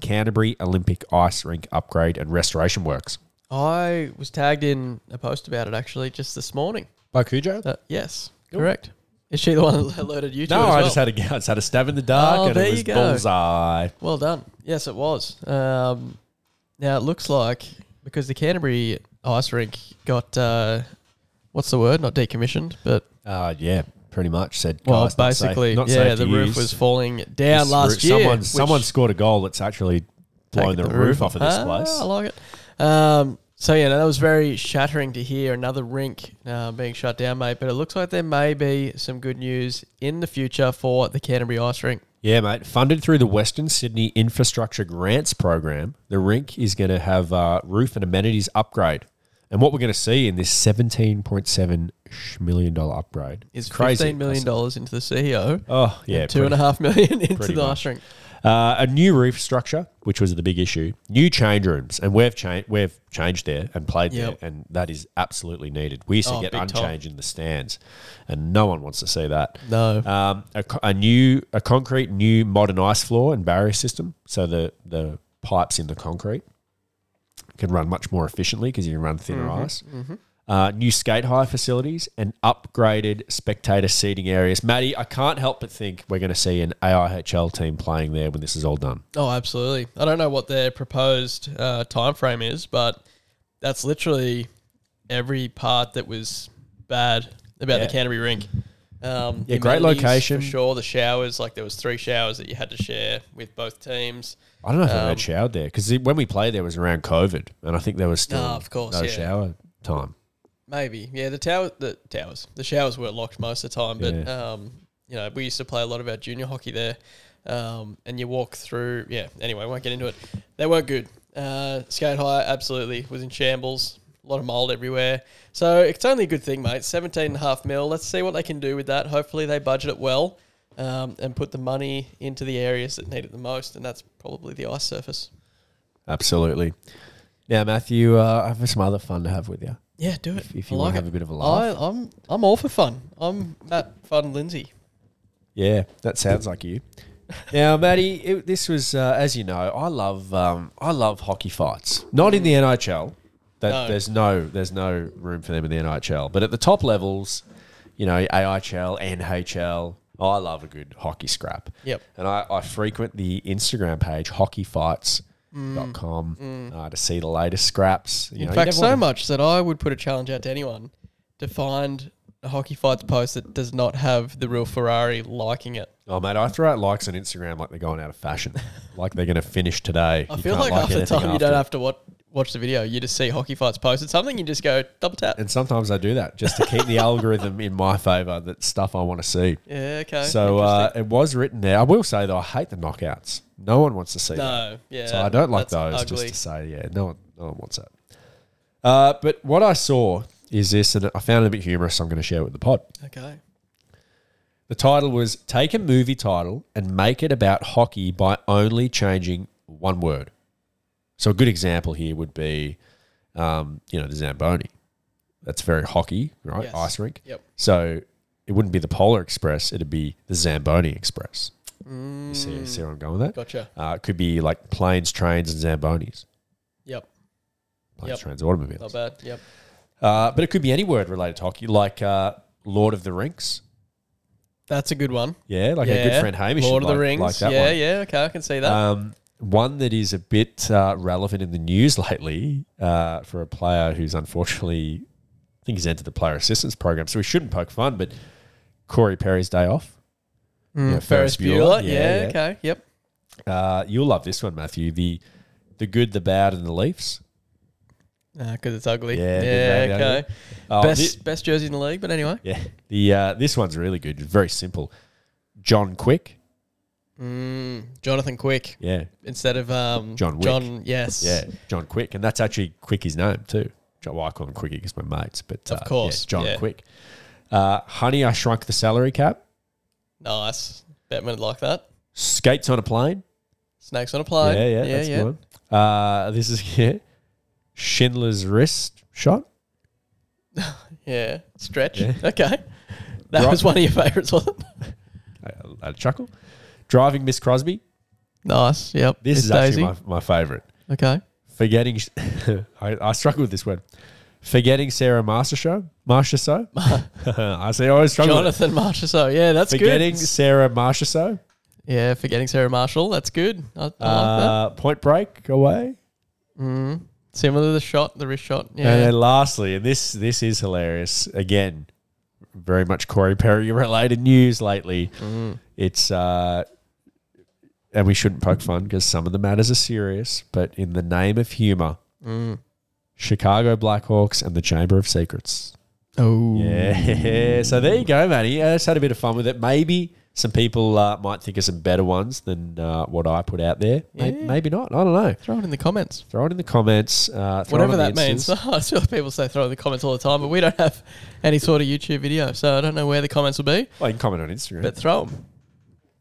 Speaker 3: Canterbury Olympic ice rink upgrade and restoration works?
Speaker 2: I was tagged in a post about it actually just this morning.
Speaker 3: By Cujo?
Speaker 2: Uh, yes, correct. Is she the one that alerted you to
Speaker 3: No,
Speaker 2: it? as
Speaker 3: I
Speaker 2: well?
Speaker 3: just had a, I just had a stab in the dark
Speaker 2: Oh,
Speaker 3: and
Speaker 2: there
Speaker 3: it
Speaker 2: you
Speaker 3: was
Speaker 2: go.
Speaker 3: bullseye.
Speaker 2: Well done. Yes, it was. Um, now it looks like because the Canterbury ice rink got uh, what's the word? Not decommissioned, but
Speaker 3: Uh, yeah, pretty much said.
Speaker 2: well,
Speaker 3: "Guys, not safe-
Speaker 2: basically,
Speaker 3: not
Speaker 2: yeah,
Speaker 3: safe
Speaker 2: the
Speaker 3: to
Speaker 2: roof
Speaker 3: use."
Speaker 2: was falling down
Speaker 3: This
Speaker 2: last
Speaker 3: roof-
Speaker 2: year.
Speaker 3: Someone,
Speaker 2: which-
Speaker 3: someone scored a goal that's actually blown the, roof off of this
Speaker 2: Ah,
Speaker 3: place.
Speaker 2: I like it. Um, so yeah, no, that was very shattering to hear another rink uh, being shut down, mate. But it looks like there may be some good news in the future for the Canterbury ice rink.
Speaker 3: Yeah, mate. Funded through the Western Sydney Infrastructure Grants Program, the rink is going to have uh, roof and amenities upgrade. And what we're going to see in this seventeen point seven million dollar upgrade
Speaker 2: Is
Speaker 3: It's crazy.
Speaker 2: fifteen million dollars into the CEO?
Speaker 3: Oh yeah,
Speaker 2: Two and
Speaker 3: pretty-
Speaker 2: a half million into
Speaker 3: pretty
Speaker 2: the
Speaker 3: much.
Speaker 2: ice rink.
Speaker 3: Uh, a new roof structure, which was the big issue. New change rooms, and we've changed. We've changed there and played
Speaker 2: Yep.
Speaker 3: there, and that is absolutely needed. We used to
Speaker 2: Oh,
Speaker 3: get
Speaker 2: big time.
Speaker 3: unchanged in the stands, and no one wants to see that.
Speaker 2: No.
Speaker 3: Um, a, co- a new, a concrete, new modern ice floor and barrier system, so the the pipes in the concrete can run much more efficiently because you can run thinner
Speaker 2: Mm-hmm.
Speaker 3: ice. Uh, new skate high facilities and upgraded spectator seating areas. Matty, I can't help but think we're going to see an AIHL team playing there when this is all done.
Speaker 2: Oh, absolutely. I don't know what their proposed uh, time frame is, but that's literally every part that was bad about
Speaker 3: Yeah.
Speaker 2: the Canterbury rink. Um,
Speaker 3: Yeah, great
Speaker 2: amenities,
Speaker 3: location.
Speaker 2: for sure. The showers, like there was three showers that you had to share with both teams.
Speaker 3: I don't know if
Speaker 2: Um,
Speaker 3: I've had showered there because when we played there was around COVID, and I think there was still
Speaker 2: Ah, of course,
Speaker 3: no
Speaker 2: yeah.
Speaker 3: shower time.
Speaker 2: Maybe, yeah. The tower, the towers, the showers were locked most of the time. But um, you know, we used to play a lot of our junior hockey there, um, and you walk through. Yeah. Anyway, won't get into it. They weren't good. Uh, skate high, absolutely, was in shambles. A lot of mold everywhere. So it's only a good thing, mate. Seventeen and a half mil. Let's see what they can do with that. Hopefully, they budget it well. Um, and put the money into the areas that need it the most, and that's probably the ice surface.
Speaker 3: Absolutely. Now, Matthew, uh, I have some other fun to have with you.
Speaker 2: Yeah, do it.
Speaker 3: If- if
Speaker 2: I
Speaker 3: you wanna
Speaker 2: like
Speaker 3: have
Speaker 2: it.
Speaker 3: a bit of a laugh.
Speaker 2: I, I'm I'm all for fun. I'm Matt Fun Lindsay.
Speaker 3: Yeah, that sounds like you. Now, Matty, it, this was uh, as you know, I love um, I love hockey fights. Not in the NHL. That
Speaker 2: No.
Speaker 3: there's no there's no room for them in the NHL. But at the top levels, you know, AIHL, NHL. I love a good hockey scrap.
Speaker 2: Yep.
Speaker 3: And I, I frequent the Instagram page hockeyfights.com uh, to see the latest scraps. You
Speaker 2: Mm. In
Speaker 3: know, you
Speaker 2: fact,
Speaker 3: never
Speaker 2: so
Speaker 3: wanna-
Speaker 2: much that I would put a challenge out to anyone to find a hockey fights post that does not have the real Ferrari liking it.
Speaker 3: Oh, mate, I throw out likes on Instagram like they're going out of fashion, like they're going to finish today.
Speaker 2: I feel like half the time you don't have to watch, watch the video, you just see Hockey Fights posted something, you just go double tap.
Speaker 3: And sometimes I do that just to keep the algorithm in my favor, that stuff I want to see.
Speaker 2: yeah, okay.
Speaker 3: So uh,
Speaker 2: interesting.
Speaker 3: it was written there. I will say though, I hate the knockouts. No one wants to see that.
Speaker 2: no, yeah.
Speaker 3: So I don't like those.
Speaker 2: that's
Speaker 3: Just
Speaker 2: ugly.
Speaker 3: to say, yeah, no one, no one wants that. Uh, but what I saw is this, and I found it a bit humorous. So I'm going to share it with the pod.
Speaker 2: okay.
Speaker 3: The title was "Take a movie title and make it about hockey by only changing one word." So a good example here would be, um, you know, the Zamboni. That's very hockey, right?
Speaker 2: Yes.
Speaker 3: Ice rink.
Speaker 2: Yep.
Speaker 3: So it wouldn't be the Polar Express; it'd be the Zamboni Express. You
Speaker 2: Mm.
Speaker 3: see, see where I'm going with that?
Speaker 2: Gotcha.
Speaker 3: Uh, it could be like planes, trains, and Zambonis.
Speaker 2: Yep.
Speaker 3: Planes,
Speaker 2: Yep.
Speaker 3: trains, automobiles.
Speaker 2: Not bad. Yep.
Speaker 3: Uh, but it could be any word related to hockey, like uh, Lord of the Rings.
Speaker 2: That's a good one.
Speaker 3: Yeah, like
Speaker 2: yeah.
Speaker 3: our good friend Hamish.
Speaker 2: Lord of
Speaker 3: would
Speaker 2: the
Speaker 3: like-
Speaker 2: Rings.
Speaker 3: Like that
Speaker 2: yeah,
Speaker 3: one.
Speaker 2: yeah. Okay, I can see that.
Speaker 3: Um, one that is a bit uh, relevant in the news lately uh, for a player who's unfortunately, I think he's entered the player assistance program, so we shouldn't poke fun, but Corey Perry's day off. Yeah,
Speaker 2: Mm, Ferris Bueller. Yeah, Okay. Yep.
Speaker 3: Uh, you'll love this one, Matthew. The the good, the bad, and the Leafs.
Speaker 2: Because it's ugly.
Speaker 3: Yeah,
Speaker 2: Yeah.
Speaker 3: good value.
Speaker 2: okay.
Speaker 3: Oh,
Speaker 2: best
Speaker 3: thi-
Speaker 2: best jersey in the league. But anyway.
Speaker 3: yeah, the uh, this one's really good. Very simple. John Quick.
Speaker 2: Mm, Jonathan Quick
Speaker 3: Yeah,
Speaker 2: instead of um,
Speaker 3: John Wick.
Speaker 2: John. Yes.
Speaker 3: Yeah, John Quick, and that's actually Quicky's name too. John, well, I call him Quicky because we're mates, but
Speaker 2: Of
Speaker 3: uh, yeah,
Speaker 2: course,
Speaker 3: John
Speaker 2: yeah.
Speaker 3: Quick. Uh, honey, I shrunk the salary cap.
Speaker 2: Nice. Batman would like that.
Speaker 3: Skates on a plane.
Speaker 2: Snakes on a plane.
Speaker 3: yeah, yeah, that's a good one. Uh, this is yeah. Schindler's List shot.
Speaker 2: Yeah. Stretch.
Speaker 3: Yeah.
Speaker 2: Okay. That
Speaker 3: Right.
Speaker 2: was one of your favorites, wasn't it?
Speaker 3: I, I Uh, chuckle. Driving Miss Crosby.
Speaker 2: Nice. Yep.
Speaker 3: This
Speaker 2: Miss
Speaker 3: is
Speaker 2: Daisy.
Speaker 3: actually my, my favorite.
Speaker 2: okay.
Speaker 3: Forgetting. sh- I, I struggle with this word. Forgetting Sarah Master Show. Marsha So. I say I always struggle. with it.
Speaker 2: Jonathan Marshall. So yeah, that's
Speaker 3: Forgetting
Speaker 2: good.
Speaker 3: Sarah Marsha So.
Speaker 2: Yeah, forgetting Sarah Marshall. That's good. I, I like
Speaker 3: Uh, Point Break away.
Speaker 2: that. Mm. Similar to the shot, the wrist shot. Yeah.
Speaker 3: And then lastly, and this this is hilarious. Again, very much Corey Perry related news lately.
Speaker 2: Mm.
Speaker 3: It's uh, and we shouldn't poke fun because some of the matters are serious, but in the name of humor,
Speaker 2: Mm.
Speaker 3: Chicago Blackhawks and the Chamber of Secrets.
Speaker 2: Oh.
Speaker 3: Yeah. So there you go, Matty. I just had a bit of fun with it. Maybe some people uh, might think of some better ones than uh, what I put out there. May-
Speaker 2: Yeah.
Speaker 3: Maybe not. I don't know.
Speaker 2: Throw it in the comments.
Speaker 3: Throw it in the comments. Uh, throw it
Speaker 2: Whatever
Speaker 3: on the
Speaker 2: that means.
Speaker 3: Instas.
Speaker 2: I feel like people say throw it in the comments all the time, but we don't have any sort of YouTube video, so I don't know where the comments will be,
Speaker 3: Well, you can comment on Instagram.
Speaker 2: but throw them.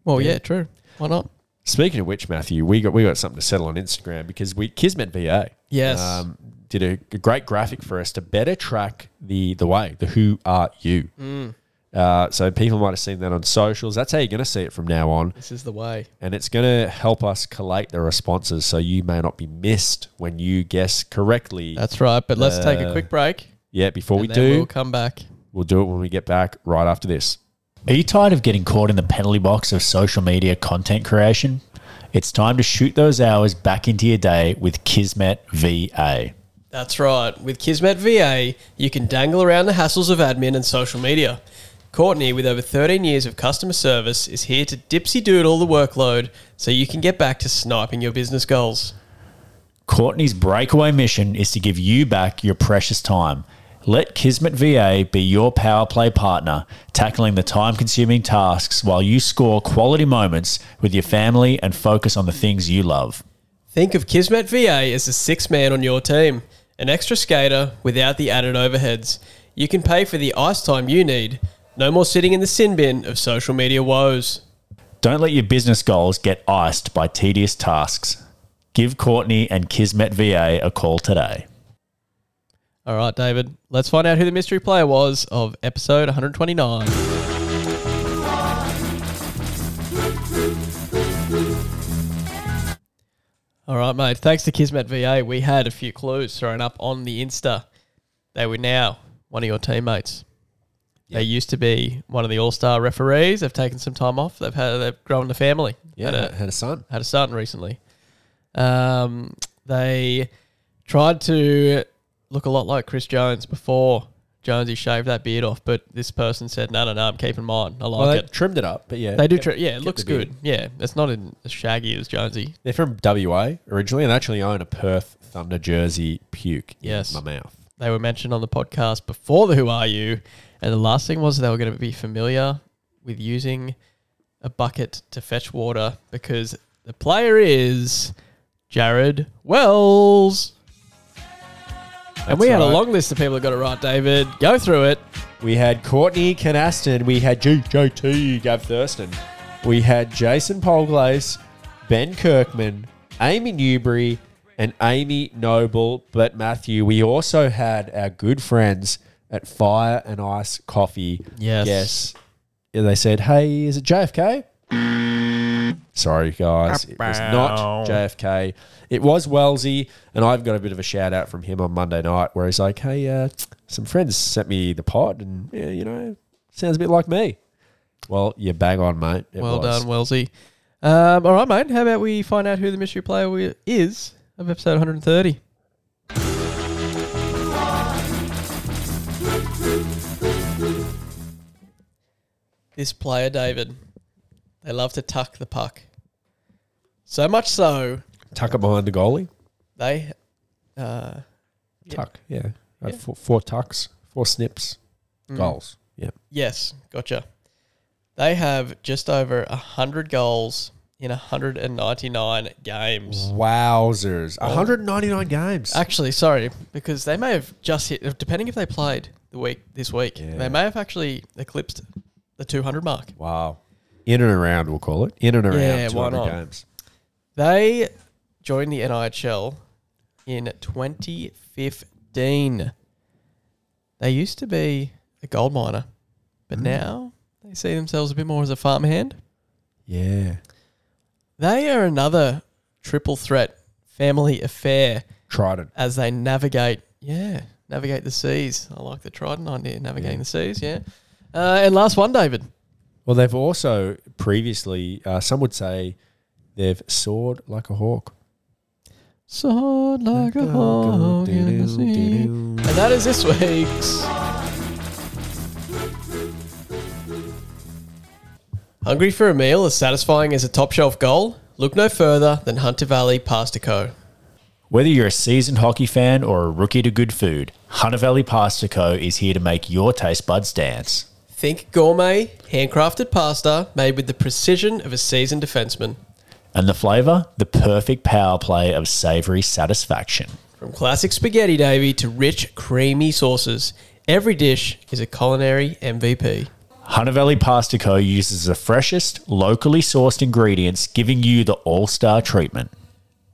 Speaker 2: Well, yeah, true. Why not?
Speaker 3: Speaking of which, Matthew, we got we got something to settle on Instagram because we Kismet VA,
Speaker 2: Yes.
Speaker 3: did a, a great graphic for us to better track the the way the who are you.
Speaker 2: Mm.
Speaker 3: Uh, so people might have seen that on socials. That's how you're going to see it from now on,
Speaker 2: This is the way.
Speaker 3: and it's going to help us collate the responses so you may not be missed when you guess correctly.
Speaker 2: That's right, but let's take a
Speaker 3: Uh,
Speaker 2: quick break.
Speaker 3: yeah, before we
Speaker 2: and then
Speaker 3: do,
Speaker 2: We'll come back.
Speaker 3: we'll do it when we get back right after this.
Speaker 1: Are you tired of getting caught in the penalty box of social media content creation? It's time to shoot those hours back into your day with Kismet VA.
Speaker 2: That's right. With Kismet VA, you can dangle around the hassles of admin and social media. Courtney, with over 13 years of customer service, is here to dipsy doodle the workload so you can get back to sniping your business goals.
Speaker 1: Courtney's breakaway mission is to give you back your precious time. Let Kismet VA be your power play partner, tackling the time consuming tasks while you score quality moments with your family and focus on the things you love.
Speaker 2: Think of Kismet VA as the sixth man on your team, an extra skater without the added overheads. You can pay for the ice time you need. No more sitting in the sin bin of social media woes.
Speaker 1: Don't let your business goals get iced by tedious tasks. Give Courtney and Kismet VA a call today.
Speaker 2: All right, David, let's find out who the mystery player was of episode 129. All right, mate. Thanks to Kismet VA, we had a few clues thrown up on the Insta. They were now one of your teammates. They used to be one of the All Star referees. They've taken some time off. They've had they've grown a family.
Speaker 3: Yeah,
Speaker 2: Had a-
Speaker 3: had a son.
Speaker 2: had a son recently. Um, they tried to look a lot like Chris Jones before Jonesy shaved that beard off, but this person said, no, no, no, I'm keeping mine. I like
Speaker 3: Well, they
Speaker 2: it.
Speaker 3: trimmed it up, but yeah,
Speaker 2: They do,
Speaker 3: kept-
Speaker 2: tri- yeah, it
Speaker 3: kept
Speaker 2: looks
Speaker 3: the beard.
Speaker 2: good. Yeah, it's not in, as shaggy as Jonesy.
Speaker 3: They're from WA originally, and they actually own a Perth Thunder jersey. Puke. in
Speaker 2: Yes.
Speaker 3: my mouth.
Speaker 2: They were mentioned on the podcast before the Who Are You, and the last thing was they were going to be familiar with using a bucket to fetch water because the player is Jared Wells. and
Speaker 3: That's
Speaker 2: we had a
Speaker 3: right.
Speaker 2: long list of people that got it right, David. Go through it.
Speaker 3: We had Courtney Canaston. We had GJT Gav Thurston. We had Jason Polglaze, Ben Kirkman, Amy Newbury, and Amy Noble. But Matthew, we also had our good friends at Fire and Ice Coffee.
Speaker 2: Yes.
Speaker 3: Yes. And They said, hey, is it JFK? Sorry, guys. It was not JFK. It was Wellesley, and I've got a bit of a shout out from him on Monday night where he's like, hey, uh, some friends sent me the pod, and, yeah, you know, sounds a bit like me. Well, you bang on, mate. It
Speaker 2: well
Speaker 3: was.
Speaker 2: done, Wellesley. Um, all right, mate. How about we find out who the mystery player we- is of episode 130? This player, David, they love to tuck the puck. So much so,
Speaker 3: Tuck it behind the goalie.
Speaker 2: they. Uh,
Speaker 3: Tuck, yeah. Right, Four, four tucks, four snips,
Speaker 2: Mm.
Speaker 3: goals. Yeah.
Speaker 2: yes, gotcha. They have just over 100 goals in 199 games.
Speaker 3: Wowzers. 199 games.
Speaker 2: Actually, sorry, because they may have just hit. Depending if they played the week this week, they may have actually eclipsed the 200 mark.
Speaker 3: Wow. In and around, we'll call it. In and around
Speaker 2: Yeah, why
Speaker 3: 200
Speaker 2: not?
Speaker 3: games.
Speaker 2: They joined the NIHL in 2015. They used to be a gold miner, but now they see themselves a bit more as a farmhand.
Speaker 3: Yeah.
Speaker 2: They are another triple threat family affair
Speaker 3: Trident.
Speaker 2: as they navigate, yeah, navigate the seas. I like the trident idea, navigating the seas, yeah. Uh, and last one, David.
Speaker 3: Well, they've also previously, uh, some would say, they've soared like a hawk.
Speaker 2: Sword like a hog in the sea. And that is this week's Hungry for a meal as satisfying as a top shelf goal? Look no further than Hunter Valley Pasta Co.
Speaker 1: Whether you're a seasoned hockey fan or a rookie to good food, Hunter Valley Pasta Co. is here to make your taste buds dance.
Speaker 2: Think gourmet, handcrafted pasta made with the precision of a seasoned defenseman.
Speaker 1: And the flavour, the perfect power play of savoury satisfaction.
Speaker 2: From classic spaghetti, Davy, to rich, creamy sauces, every dish is a culinary MVP.
Speaker 1: Hunter Valley Pasta Co. uses the freshest, locally sourced ingredients, giving you the all star treatment.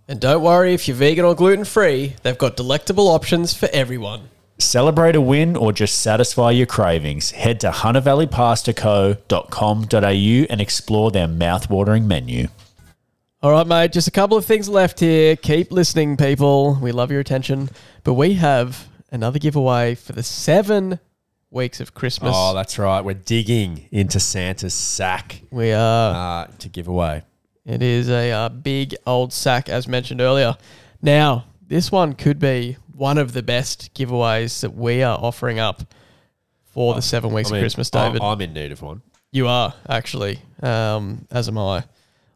Speaker 2: And don't worry if you're vegan or gluten free, they've got delectable options for everyone.
Speaker 1: Celebrate a win or just satisfy your cravings. Head to huntervalleypastaco.com.au and explore their mouth-watering menu.
Speaker 2: All right, mate, just a couple of things left here. Keep listening, people. We love your attention. But we have another giveaway for the seven weeks of Christmas.
Speaker 3: Oh, that's right. We're digging into Santa's sack
Speaker 2: we are.
Speaker 3: uh, to give away.
Speaker 2: It is a uh, big old sack, as mentioned earlier. Now, this one could be one of the best giveaways that we are offering up for the seven weeks of Christmas, David.
Speaker 3: I'm, I'm in need of one.
Speaker 2: you are, actually, um, as am I.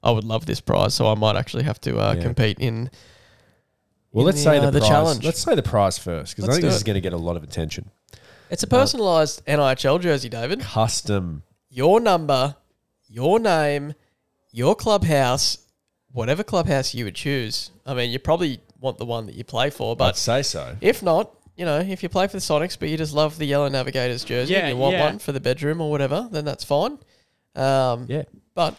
Speaker 2: I would love this prize, so I might actually have to uh,
Speaker 3: Yeah.
Speaker 2: compete in.
Speaker 3: Well, let's
Speaker 2: the,
Speaker 3: say the,
Speaker 2: uh, the
Speaker 3: prize-
Speaker 2: challenge.
Speaker 3: Let's say the prize first because I
Speaker 2: Let's
Speaker 3: think
Speaker 2: do
Speaker 3: this
Speaker 2: it.
Speaker 3: is going to get a lot of attention.
Speaker 2: It's a personalised NIHL jersey, David.
Speaker 3: Custom.
Speaker 2: Your number, your name, your clubhouse, whatever clubhouse you would choose. I mean, you probably want the one that you play for, but
Speaker 3: I'd say so.
Speaker 2: If not, you know, if you play for the Sonics but you just love the yellow Navigators jersey
Speaker 5: Yeah,
Speaker 2: and you want
Speaker 5: yeah.
Speaker 2: one for the bedroom or whatever, then that's fine. Um,
Speaker 3: Yeah.
Speaker 2: But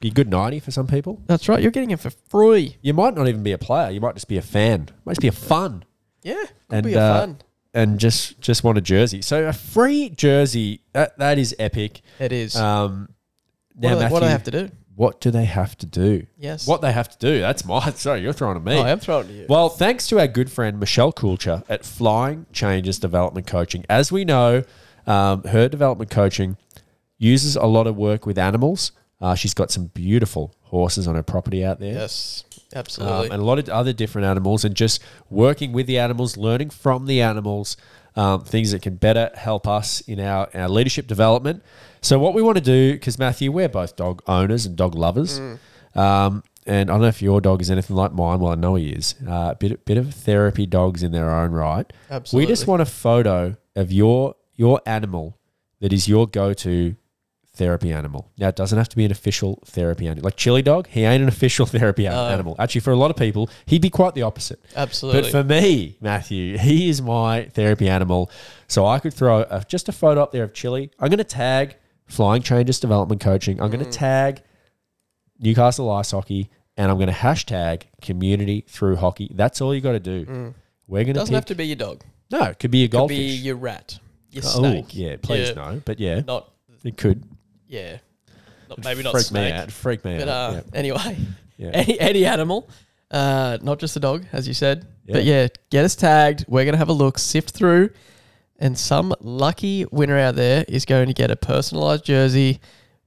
Speaker 3: Be a good 90 for some people.
Speaker 2: that's right, you're getting it for free.
Speaker 3: You might not even be a player. You might just be a fan. Might just be a fun.
Speaker 2: Yeah, could
Speaker 3: and
Speaker 2: be a
Speaker 3: uh,
Speaker 2: fun.
Speaker 3: and just just want a jersey. So a free jersey that that is epic.
Speaker 2: It is.
Speaker 3: Um,
Speaker 2: what,
Speaker 3: now
Speaker 2: do they, what
Speaker 3: Matthew,
Speaker 2: do they have to do?
Speaker 3: What do they have to do?
Speaker 2: Yes. Oh,
Speaker 3: What they have to do? That's my sorry. You're throwing at me.
Speaker 2: I am throwing to you.
Speaker 3: Well, thanks to our good friend Michelle Coulter at Flying Changes Development Coaching. As we know, um, her development coaching uses a lot of work with animals. Uh, she's got some beautiful horses on her property out there.
Speaker 2: yes,
Speaker 3: Um,
Speaker 2: absolutely.
Speaker 3: and a lot of other different animals, and just working with the animals, learning from the animals, um, things that can better help us in our, our leadership development. So, what we want to do, because Matthew, we're both dog owners and dog lovers. Um, and I don't know if your dog is anything like mine. Well, I know he is. Uh, a bit, bit of therapy dogs in their own right. We
Speaker 2: Absolutely.
Speaker 3: just want a photo of your your animal that is your go to therapy animal. Now, it doesn't have to be an official therapy animal. Like Chili Dog, he ain't an official therapy an- animal. Actually, for a lot of people, he'd be quite the opposite.
Speaker 2: Absolutely.
Speaker 3: But for me, Matthew, he is my therapy animal. So I could throw a, just a photo up there of Chili. I'm going to tag Flying Changes Development Coaching. I'm
Speaker 2: Mm.
Speaker 3: going to tag Newcastle Ice Hockey, and I'm going to hashtag community through hockey. That's all you got to do. We're going to
Speaker 2: Mm. Doesn't have to be your dog.
Speaker 3: no, it could be a
Speaker 2: Could
Speaker 3: goldfish.
Speaker 2: be your rat, your
Speaker 3: oh,
Speaker 2: snake.
Speaker 3: yeah, please
Speaker 2: your-
Speaker 3: no. But yeah,
Speaker 2: Not
Speaker 3: it could.
Speaker 2: yeah. Not, maybe not
Speaker 3: freak me
Speaker 2: snake.
Speaker 3: out. Freak me
Speaker 2: But
Speaker 3: out.
Speaker 2: uh,
Speaker 3: yeah.
Speaker 2: anyway,
Speaker 3: Yeah.
Speaker 2: any any animal, uh, not just a dog, as you said. But
Speaker 3: Yeah.
Speaker 2: yeah, get us tagged. We're gonna have a look, sift through, and some lucky winner out there is going to get a personalized jersey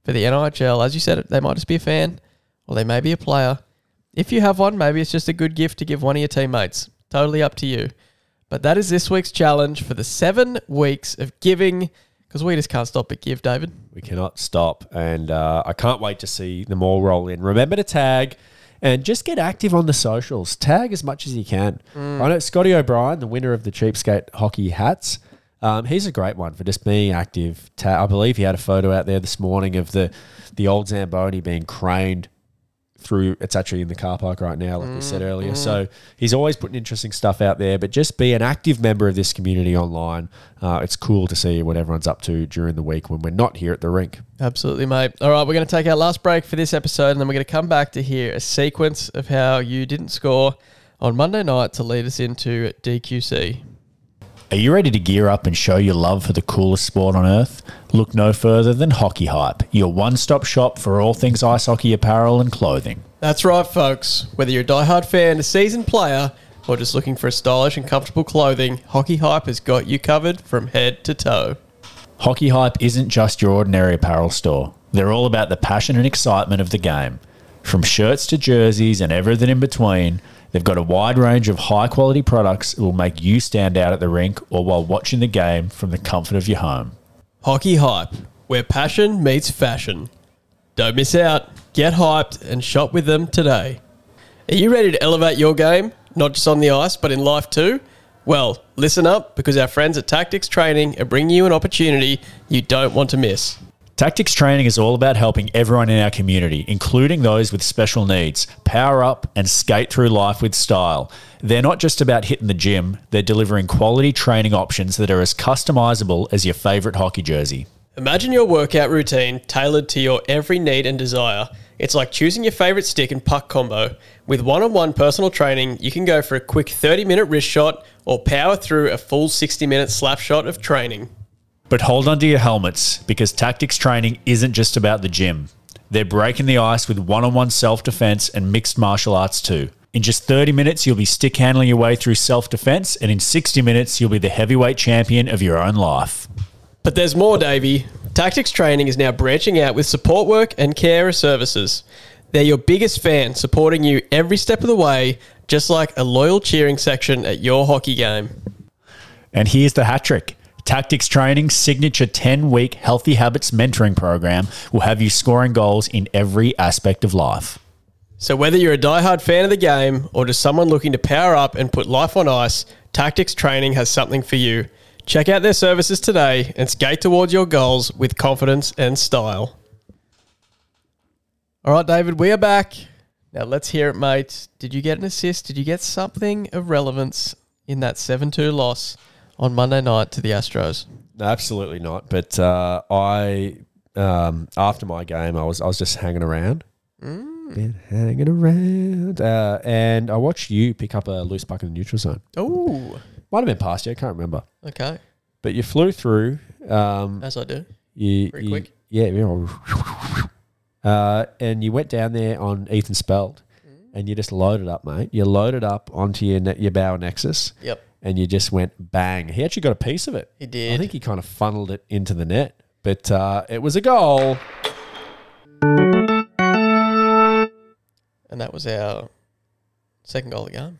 Speaker 2: for the NIHL. As you said, they might just be a fan, or they may be a player. If you have one, maybe it's just a good gift to give one of your teammates. Totally up to you. But that is this week's challenge for the seven weeks of giving, because we just can't stop at give, David.
Speaker 3: We cannot stop. And uh, I can't wait to see them all roll in. Remember to tag and just get active on the socials. Tag as much as you can. I know Scotty O'Brien, the winner of the Cheapskate Hockey Hats, um, he's a great one for just being active. Ta- I believe he had a photo out there this morning of the, the old Zamboni being craned through it's actually in the car park right now like we said earlier so he's always putting interesting stuff out there but just be an active member of this community online uh, it's cool to see what everyone's up to during the week when we're not here at the rink
Speaker 2: Absolutely, mate. All right, we're going to take our last break for this episode, and then we're going to come back to hear a sequence of how you didn't score on Monday night to lead us into DQC.
Speaker 1: Are you ready to gear up and show your love for the coolest sport on earth? Look no further than Hockey Hype, your one stop shop for all things ice hockey apparel and clothing.
Speaker 2: That's right, folks. Whether you're a diehard fan, a seasoned player, or just looking for stylish and comfortable clothing, Hockey Hype has got you covered from head to toe.
Speaker 1: Hockey Hype isn't just your ordinary apparel store. They're all about the passion and excitement of the game. From shirts to jerseys and everything in between, they've got a wide range of high quality products that will make you stand out at the rink or while watching the game from the comfort of your home.
Speaker 2: Hockey Hype, where passion meets fashion. Don't miss out. Get hyped and shop with them today. Are you ready to elevate your game, not just on the ice, but in life too? Well, listen up because our friends at Tactics Training are bringing you an opportunity you don't want to miss.
Speaker 1: Tactics training is all about helping everyone in our community, including those with special needs, power up and skate through life with style. They're not just about hitting the gym, they're delivering quality training options that are as customizable as your favorite hockey jersey.
Speaker 2: Imagine your workout routine tailored to your every need and desire. It's like choosing your favorite stick and puck combo. With one on one personal training, you can go for a quick 30 minute wrist shot or power through a full 60 minute slap shot of training.
Speaker 1: But hold on to your helmets because tactics training isn't just about the gym. They're breaking the ice with one on one self defense and mixed martial arts too. In just 30 minutes, you'll be stick handling your way through self defense, and in 60 minutes, you'll be the heavyweight champion of your own life.
Speaker 2: But there's more, Davey. Tactics Training is now branching out with support work and carer services. They're your biggest fan, supporting you every step of the way, just like a loyal cheering section at your hockey game.
Speaker 1: And here's the hat trick Tactics Training signature 10 week healthy habits mentoring program will have you scoring goals in every aspect of life.
Speaker 2: So, whether you're a diehard fan of the game or just someone looking to power up and put life on ice, Tactics Training has something for you. Check out their services today and skate towards your goals with confidence and style. All right, David, we are back. Now, let's hear it, mate. Did you get an assist? Did you get something of relevance in that 7 2 loss on Monday night to the Astros?
Speaker 3: No, absolutely not. But uh, I, um, after my game, I was I was just hanging around,
Speaker 2: Mm.
Speaker 3: been hanging around, uh, and I watched you pick up a loose puck in the neutral zone.
Speaker 2: Oh,
Speaker 3: Might have been past you, I can't remember.
Speaker 2: okay.
Speaker 3: But you flew through. Um,
Speaker 2: As I do.
Speaker 3: you,
Speaker 2: Pretty
Speaker 3: you-
Speaker 2: quick.
Speaker 3: Yeah, you know, uh, and you went down there on Ethan Speld,
Speaker 2: Mm.
Speaker 3: and you just loaded up, mate. You loaded up onto your ne- your bow nexus.
Speaker 2: Yep.
Speaker 3: And you just went bang. He actually got a piece of it.
Speaker 2: He did.
Speaker 3: I think he kind of funneled it into the net, but uh, it was a goal.
Speaker 2: And that was our second goal of the game.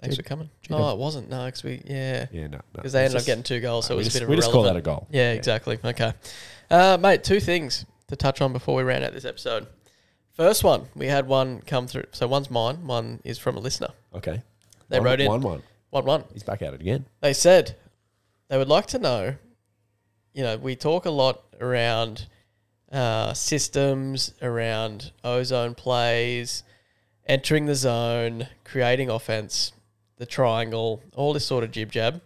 Speaker 2: Thanks for coming. Oh, it wasn't. No, because we, yeah.
Speaker 3: Yeah, no, no.
Speaker 2: Because they
Speaker 3: It's
Speaker 2: ended up
Speaker 3: just-
Speaker 2: getting two goals, so it
Speaker 3: we
Speaker 2: was
Speaker 3: just,
Speaker 2: a bit of
Speaker 3: we just
Speaker 2: irrelevant.
Speaker 3: call that a goal.
Speaker 2: Yeah, exactly. Okay. Uh, mate, two things to touch on before we round out this episode. First one, we had one come through. So one's mine, one is from a listener.
Speaker 3: Okay.
Speaker 2: They
Speaker 3: one,
Speaker 2: wrote in-
Speaker 3: one one.
Speaker 2: One, one.
Speaker 3: He's back at it again.
Speaker 2: They said they would like to know, you know, we talk a lot around uh, systems, around ozone plays, entering the zone, creating offense, the triangle, all this sort of jib jab.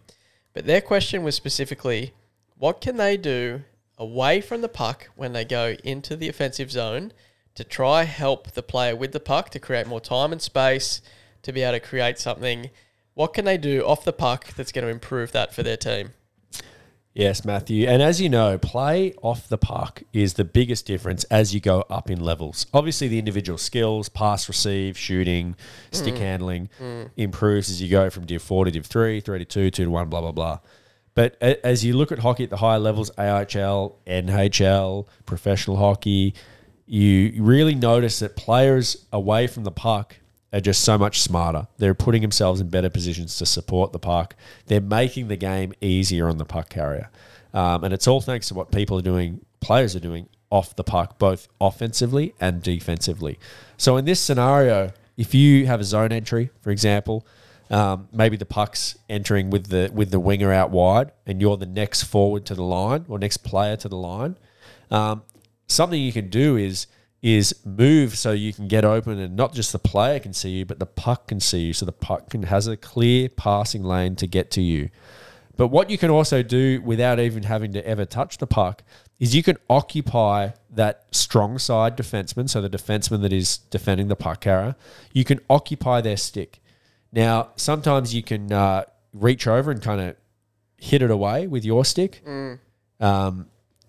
Speaker 2: But their question was specifically, what can they do away from the puck when they go into the offensive zone to try help the player with the puck to create more time and space to be able to create something? What can they do off the puck that's going to improve that for their team?
Speaker 3: Yes, Matthew. And as you know, play off the puck is the biggest difference as you go up in levels. Obviously, the individual skills, pass, receive, shooting, stick handling, improves as you go from Div 4 to Div 3, 3 to 2, 2 to 1, blah, blah, blah. But a- as you look at hockey at the higher levels, AHL, NHL, professional hockey, you really notice that players away from the puck are just so much smarter. They're putting themselves in better positions to support the puck. They're making the game easier on the puck carrier. Um, and it's all thanks to what people are doing, players are doing off the puck, both offensively and defensively. So in this scenario, if you have a zone entry, for example, um, maybe the puck's entering with the with the winger out wide, and you're the next forward to the line or next player to the line. Um, something you can do is is move so you can get open, and not just the player can see you, but the puck can see you, so the puck can, has a clear passing lane to get to you. But what you can also do without even having to ever touch the puck is you can occupy that strong side defenseman, so the defenseman that is defending the puck carrier, you can occupy their stick. Now, sometimes you can uh, reach over and kind of hit it away with your stick, um,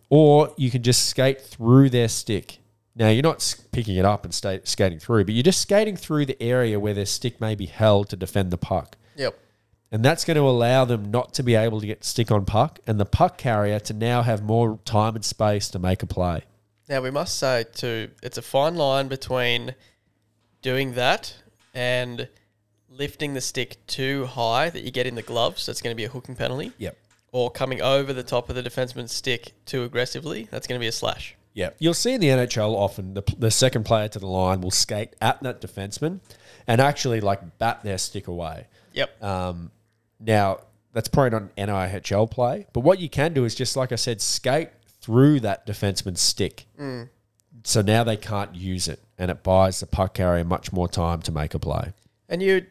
Speaker 3: or you can just skate through their stick. Now, you're not s- picking it up and sta- skating through, but you're just skating through the area where their stick may be held to defend the puck
Speaker 2: Yep.
Speaker 3: and that's going to allow them not to be able to get stick on puck and the puck carrier to now have more time and space to make a play.
Speaker 2: Now we must say too, it's a fine line between doing that and lifting the stick too high that you get in the gloves. That's going to be a hooking penalty.
Speaker 3: Yep.
Speaker 2: Or coming over the top of the defenseman's stick too aggressively. That's going to be a slash.
Speaker 3: Yeah, you'll see in the NHL often the, the second player to the line will skate at that defenseman and actually like bat their stick away.
Speaker 2: Yep.
Speaker 3: Um, now, that's probably not an NIHL play, but what you can do is just, like I said, skate through that defenseman's stick. So now they can't use it, and it buys the puck carrier much more time to make a play.
Speaker 2: And you,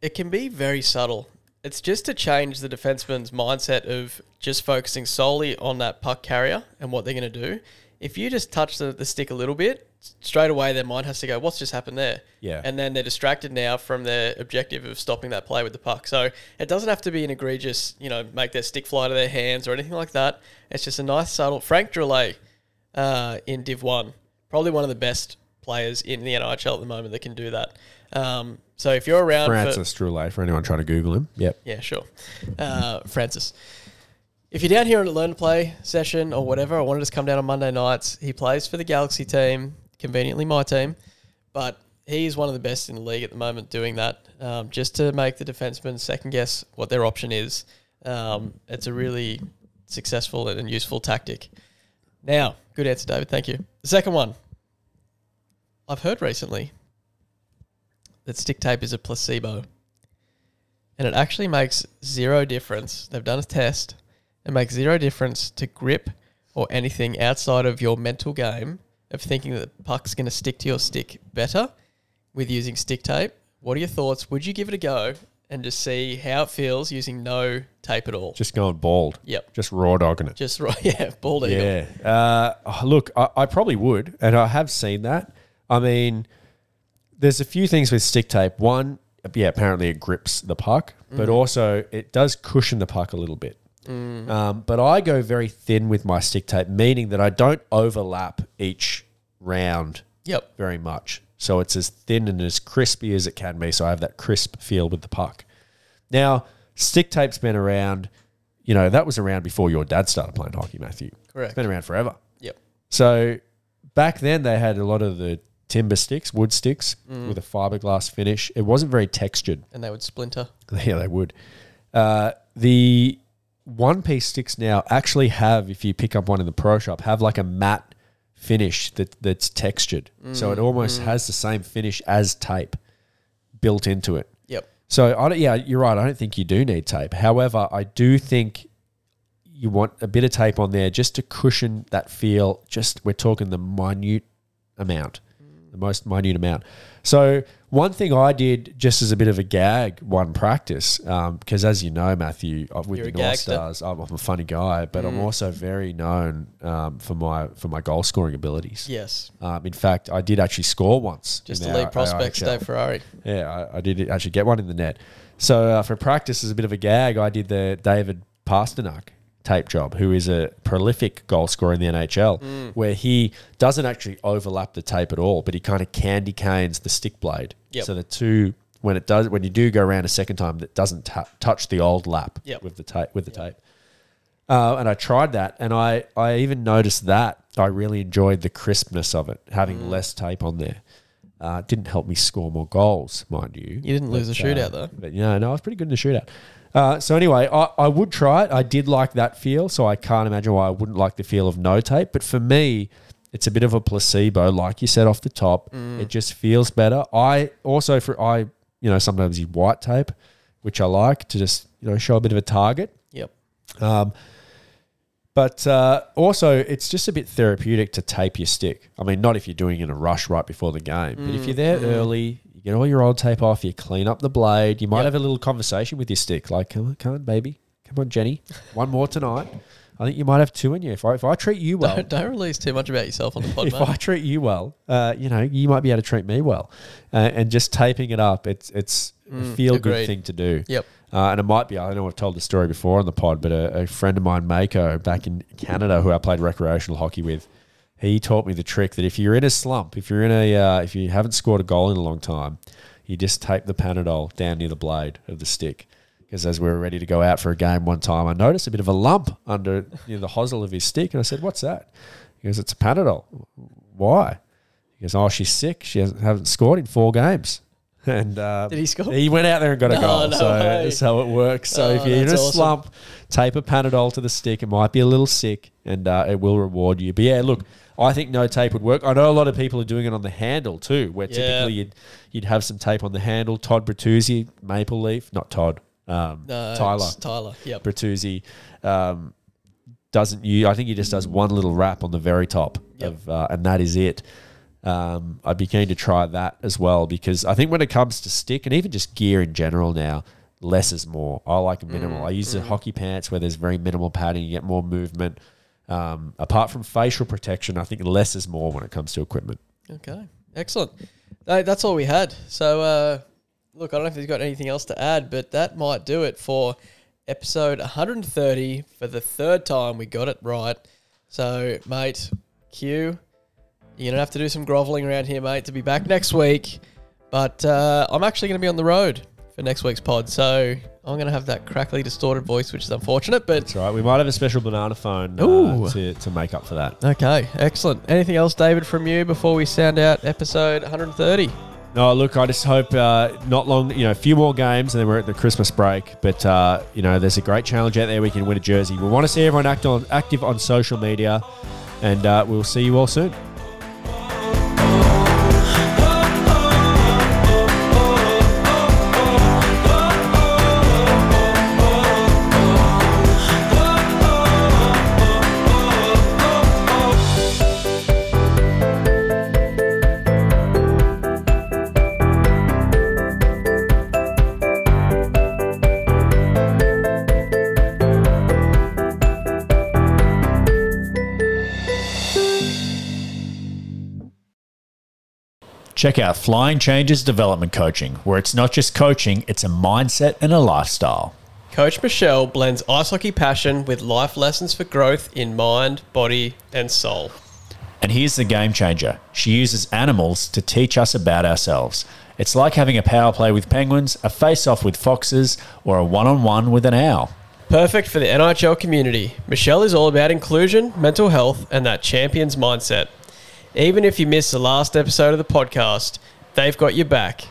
Speaker 2: it can be very subtle. It's just to change the defenseman's mindset of just focusing solely on that puck carrier and what they're going to do. If you just touch the, the stick a little bit, s- straight away their mind has to go, "What's just happened there?"
Speaker 3: Yeah.
Speaker 2: and then they're distracted now from their objective of stopping that play with the puck. So it doesn't have to be an egregious, you know, make their stick fly to their hands or anything like that. It's just a nice subtle. Frank Drollet, uh, in Div One. Probably one of the best players in the NHL at the moment that can do that. Um, so if you're around, for,
Speaker 3: Francis Trulay, for anyone trying to Google him. Yep.
Speaker 2: yeah, sure, uh, Francis. If you're down here on a learn to play session or whatever, I want to just come down on Monday nights. He plays for the Galaxy team, conveniently my team, but he's one of the best in the league at the moment doing that. Um, just to make the defensemen second guess what their option is. Um, it's a really successful and useful tactic. Now, good answer, David. Thank you. The second one I've heard recently that stick tape is a placebo. And it actually makes zero difference. They've done a test. It makes zero difference to grip or anything outside of your mental game of thinking that the puck's going to stick to your stick better with using stick tape. What are your thoughts? Would you give it a go and just see how it feels using no tape at all?
Speaker 3: Just going bald.
Speaker 2: Yep.
Speaker 3: Just raw dogging it.
Speaker 2: Just right, yeah, bald eagle.
Speaker 3: Yeah. Uh, oh, look, I, I probably would, and I have seen that. I mean, there's a few things with stick tape. One, yeah, apparently it grips the puck, but also it does cushion the puck a little bit. Um, but I go very thin with my stick tape, meaning that I don't overlap each round
Speaker 2: Yep.
Speaker 3: very much. So it's as thin and as crispy as it can be. So I have that crisp feel with the puck. Now, stick tape's been around, you know, that was around before your dad started playing hockey, Matthew.
Speaker 2: Correct.
Speaker 3: It's been around forever.
Speaker 2: Yep.
Speaker 3: So back then they had a lot of the timber sticks, wood sticks with a fiberglass finish. It wasn't very textured.
Speaker 2: and they would splinter.
Speaker 3: Yeah, they would. Uh, the one piece sticks now actually have, if you pick up one in the pro shop, have like a matte finish that that's textured. so it almost has the same finish as tape built into it.
Speaker 2: Yep.
Speaker 3: So I don't, yeah, you're right. I don't think you do need tape. However, I do think you want a bit of tape on there just to cushion that feel. Just we're talking the minute amount, the most minute amount. So one thing I did just as a bit of a gag one practice, because as you know, Matthew, uh, with
Speaker 2: You're
Speaker 3: the
Speaker 2: a
Speaker 3: North
Speaker 2: gagster. Mm.
Speaker 3: Stars, I'm, I'm a funny guy, but I'm also very known um, for my for my goal scoring abilities.
Speaker 2: Yes.
Speaker 3: Um, in fact, I did actually score once.
Speaker 2: Just
Speaker 3: in
Speaker 2: the
Speaker 3: our-
Speaker 2: lead prospects,
Speaker 3: our
Speaker 2: Dave Ferrari.
Speaker 3: yeah, I, I did actually get one in the net. So uh, for practice, as a bit of a gag, I did the David Pasternak tape job, who is a prolific goal scorer in the NHL,
Speaker 2: Mm.
Speaker 3: where he doesn't actually overlap the tape at all, but he kind of candy canes the stick blade.
Speaker 2: Yep.
Speaker 3: So the two when it does when you do go around a second time, that doesn't t- touch the old lap
Speaker 2: Yep.
Speaker 3: with the tape with the tape. Uh, and I tried that, and I, I even noticed that I really enjoyed the crispness of it, having less tape on there. Uh, it didn't help me score more goals, mind you.
Speaker 2: You didn't lose a
Speaker 3: But,
Speaker 2: shootout,
Speaker 3: uh,
Speaker 2: though.
Speaker 3: But yeah, no, I was pretty good in the shootout. Uh, so anyway, I, I would try it. I did like that feel, so I can't imagine why I wouldn't like the feel of no tape. But for me, it's a bit of a placebo, like you said off the top. It just feels better. I also for I you know sometimes use white tape, which I like to just you know show a bit of a target.
Speaker 2: Yep.
Speaker 3: But uh, also, it's just a bit therapeutic to tape your stick. I mean, not if you're doing it in a rush right before the game, but if you're there
Speaker 2: Mm,
Speaker 3: early, you get all your old tape off, you clean up the blade, you might have a little conversation with your stick, like, come on, come on, baby. Come on, Jenny. One more tonight. I think you might have two in you. If I, if I treat you well,
Speaker 2: Don't, don't release too much about yourself on the pod,
Speaker 3: if I
Speaker 2: mate.
Speaker 3: treat you well, uh, you know, you might be able to treat me well. Uh, and just taping it up, it's, it's a feel
Speaker 2: Mm, agreed.
Speaker 3: good thing to do.
Speaker 2: Yep.
Speaker 3: Uh, and it might be, I know I've told the story before on the pod, but a, a friend of mine, Mako, back in Canada, who I played recreational hockey with, he taught me the trick that if you're in a slump, if you're in a, uh, if you haven't scored a goal in a long time, you just tape the Panadol down near the blade of the stick. Because as we were ready to go out for a game one time, I noticed a bit of a lump under you know, the hosel of his stick, and I said, "What's that?" He goes, "It's a Panadol." Why? He goes, "Oh, she's sick. She hasn't haven't scored in four games." And uh,
Speaker 2: Did he score?
Speaker 3: He went out there and got a
Speaker 2: No,
Speaker 3: goal.
Speaker 2: no
Speaker 3: so
Speaker 2: way.
Speaker 3: so how it works. So
Speaker 2: Oh,
Speaker 3: if you're in a
Speaker 2: that's awesome.
Speaker 3: slump, tape a Panadol to the stick. It might be a little sick, and uh, it will reward you. But yeah, look, I think no tape would work. I know a lot of people are doing it on the handle too, where
Speaker 2: Yeah.
Speaker 3: typically you'd you'd have some tape on the handle. Todd Bertuzzi, Maple Leaf, not Todd, um,
Speaker 2: No,
Speaker 3: Tyler
Speaker 2: Uh, it's Tyler. Yep.
Speaker 3: Bertuzzi. Um, doesn't you? I think he just does one little wrap on the very top
Speaker 2: Yep.
Speaker 3: of, uh, and that is it. Um, I'd be keen to try that as well because I think when it comes to stick and even just gear in general now, less is more. I like minimal. I use the hockey pants where there's very minimal padding, you get more movement. Um, apart from facial protection, I think less is more when it comes to equipment.
Speaker 2: Okay. Excellent. Hey, that's all we had. So, uh, look, I don't know if he's got anything else to add, but that might do it for episode 130. For the third time, we got it right. So, mate, Q, you're going to have to do some groveling around here, mate, to be back next week. But uh, I'm actually going to be on the road for next week's pod. So, I'm going to have that crackly, distorted voice, which is unfortunate, but.
Speaker 3: That's right. We might have a special banana phone
Speaker 2: Ooh.
Speaker 3: uh, to, to make up for that.
Speaker 2: Okay, excellent. Anything else, David, from you before we sound out episode 130?
Speaker 3: No, look, I just hope uh, not long, you know, a few more games and then we're at the Christmas break. But, uh, you know, there's a great challenge out there. We can win a jersey. We want to see everyone act on, active on social media. And uh, we'll see you all soon.
Speaker 1: Check out Flying Changes Development Coaching, where it's not just coaching, it's a mindset and a lifestyle.
Speaker 2: Coach Michelle blends ice hockey passion with life lessons for growth in mind, body, and soul.
Speaker 1: And here's the game changer she uses animals to teach us about ourselves. It's like having a power play with penguins, a face off with foxes, or a one on one with an owl.
Speaker 2: Perfect for the NHL community, Michelle is all about inclusion, mental health, and that champion's mindset. Even if you missed the last episode of the podcast, they've got your back.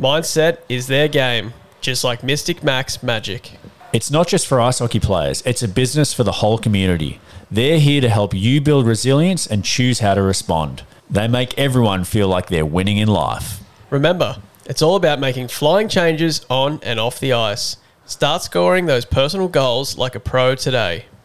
Speaker 2: Mindset is their game, just like Mystic Max Magic.
Speaker 1: It's not just for ice hockey players, it's a business for the whole community. They're here to help you build resilience and choose how to respond. They make everyone feel like they're winning in life.
Speaker 2: Remember, it's all about making flying changes on and off the ice. Start scoring those personal goals like a pro today.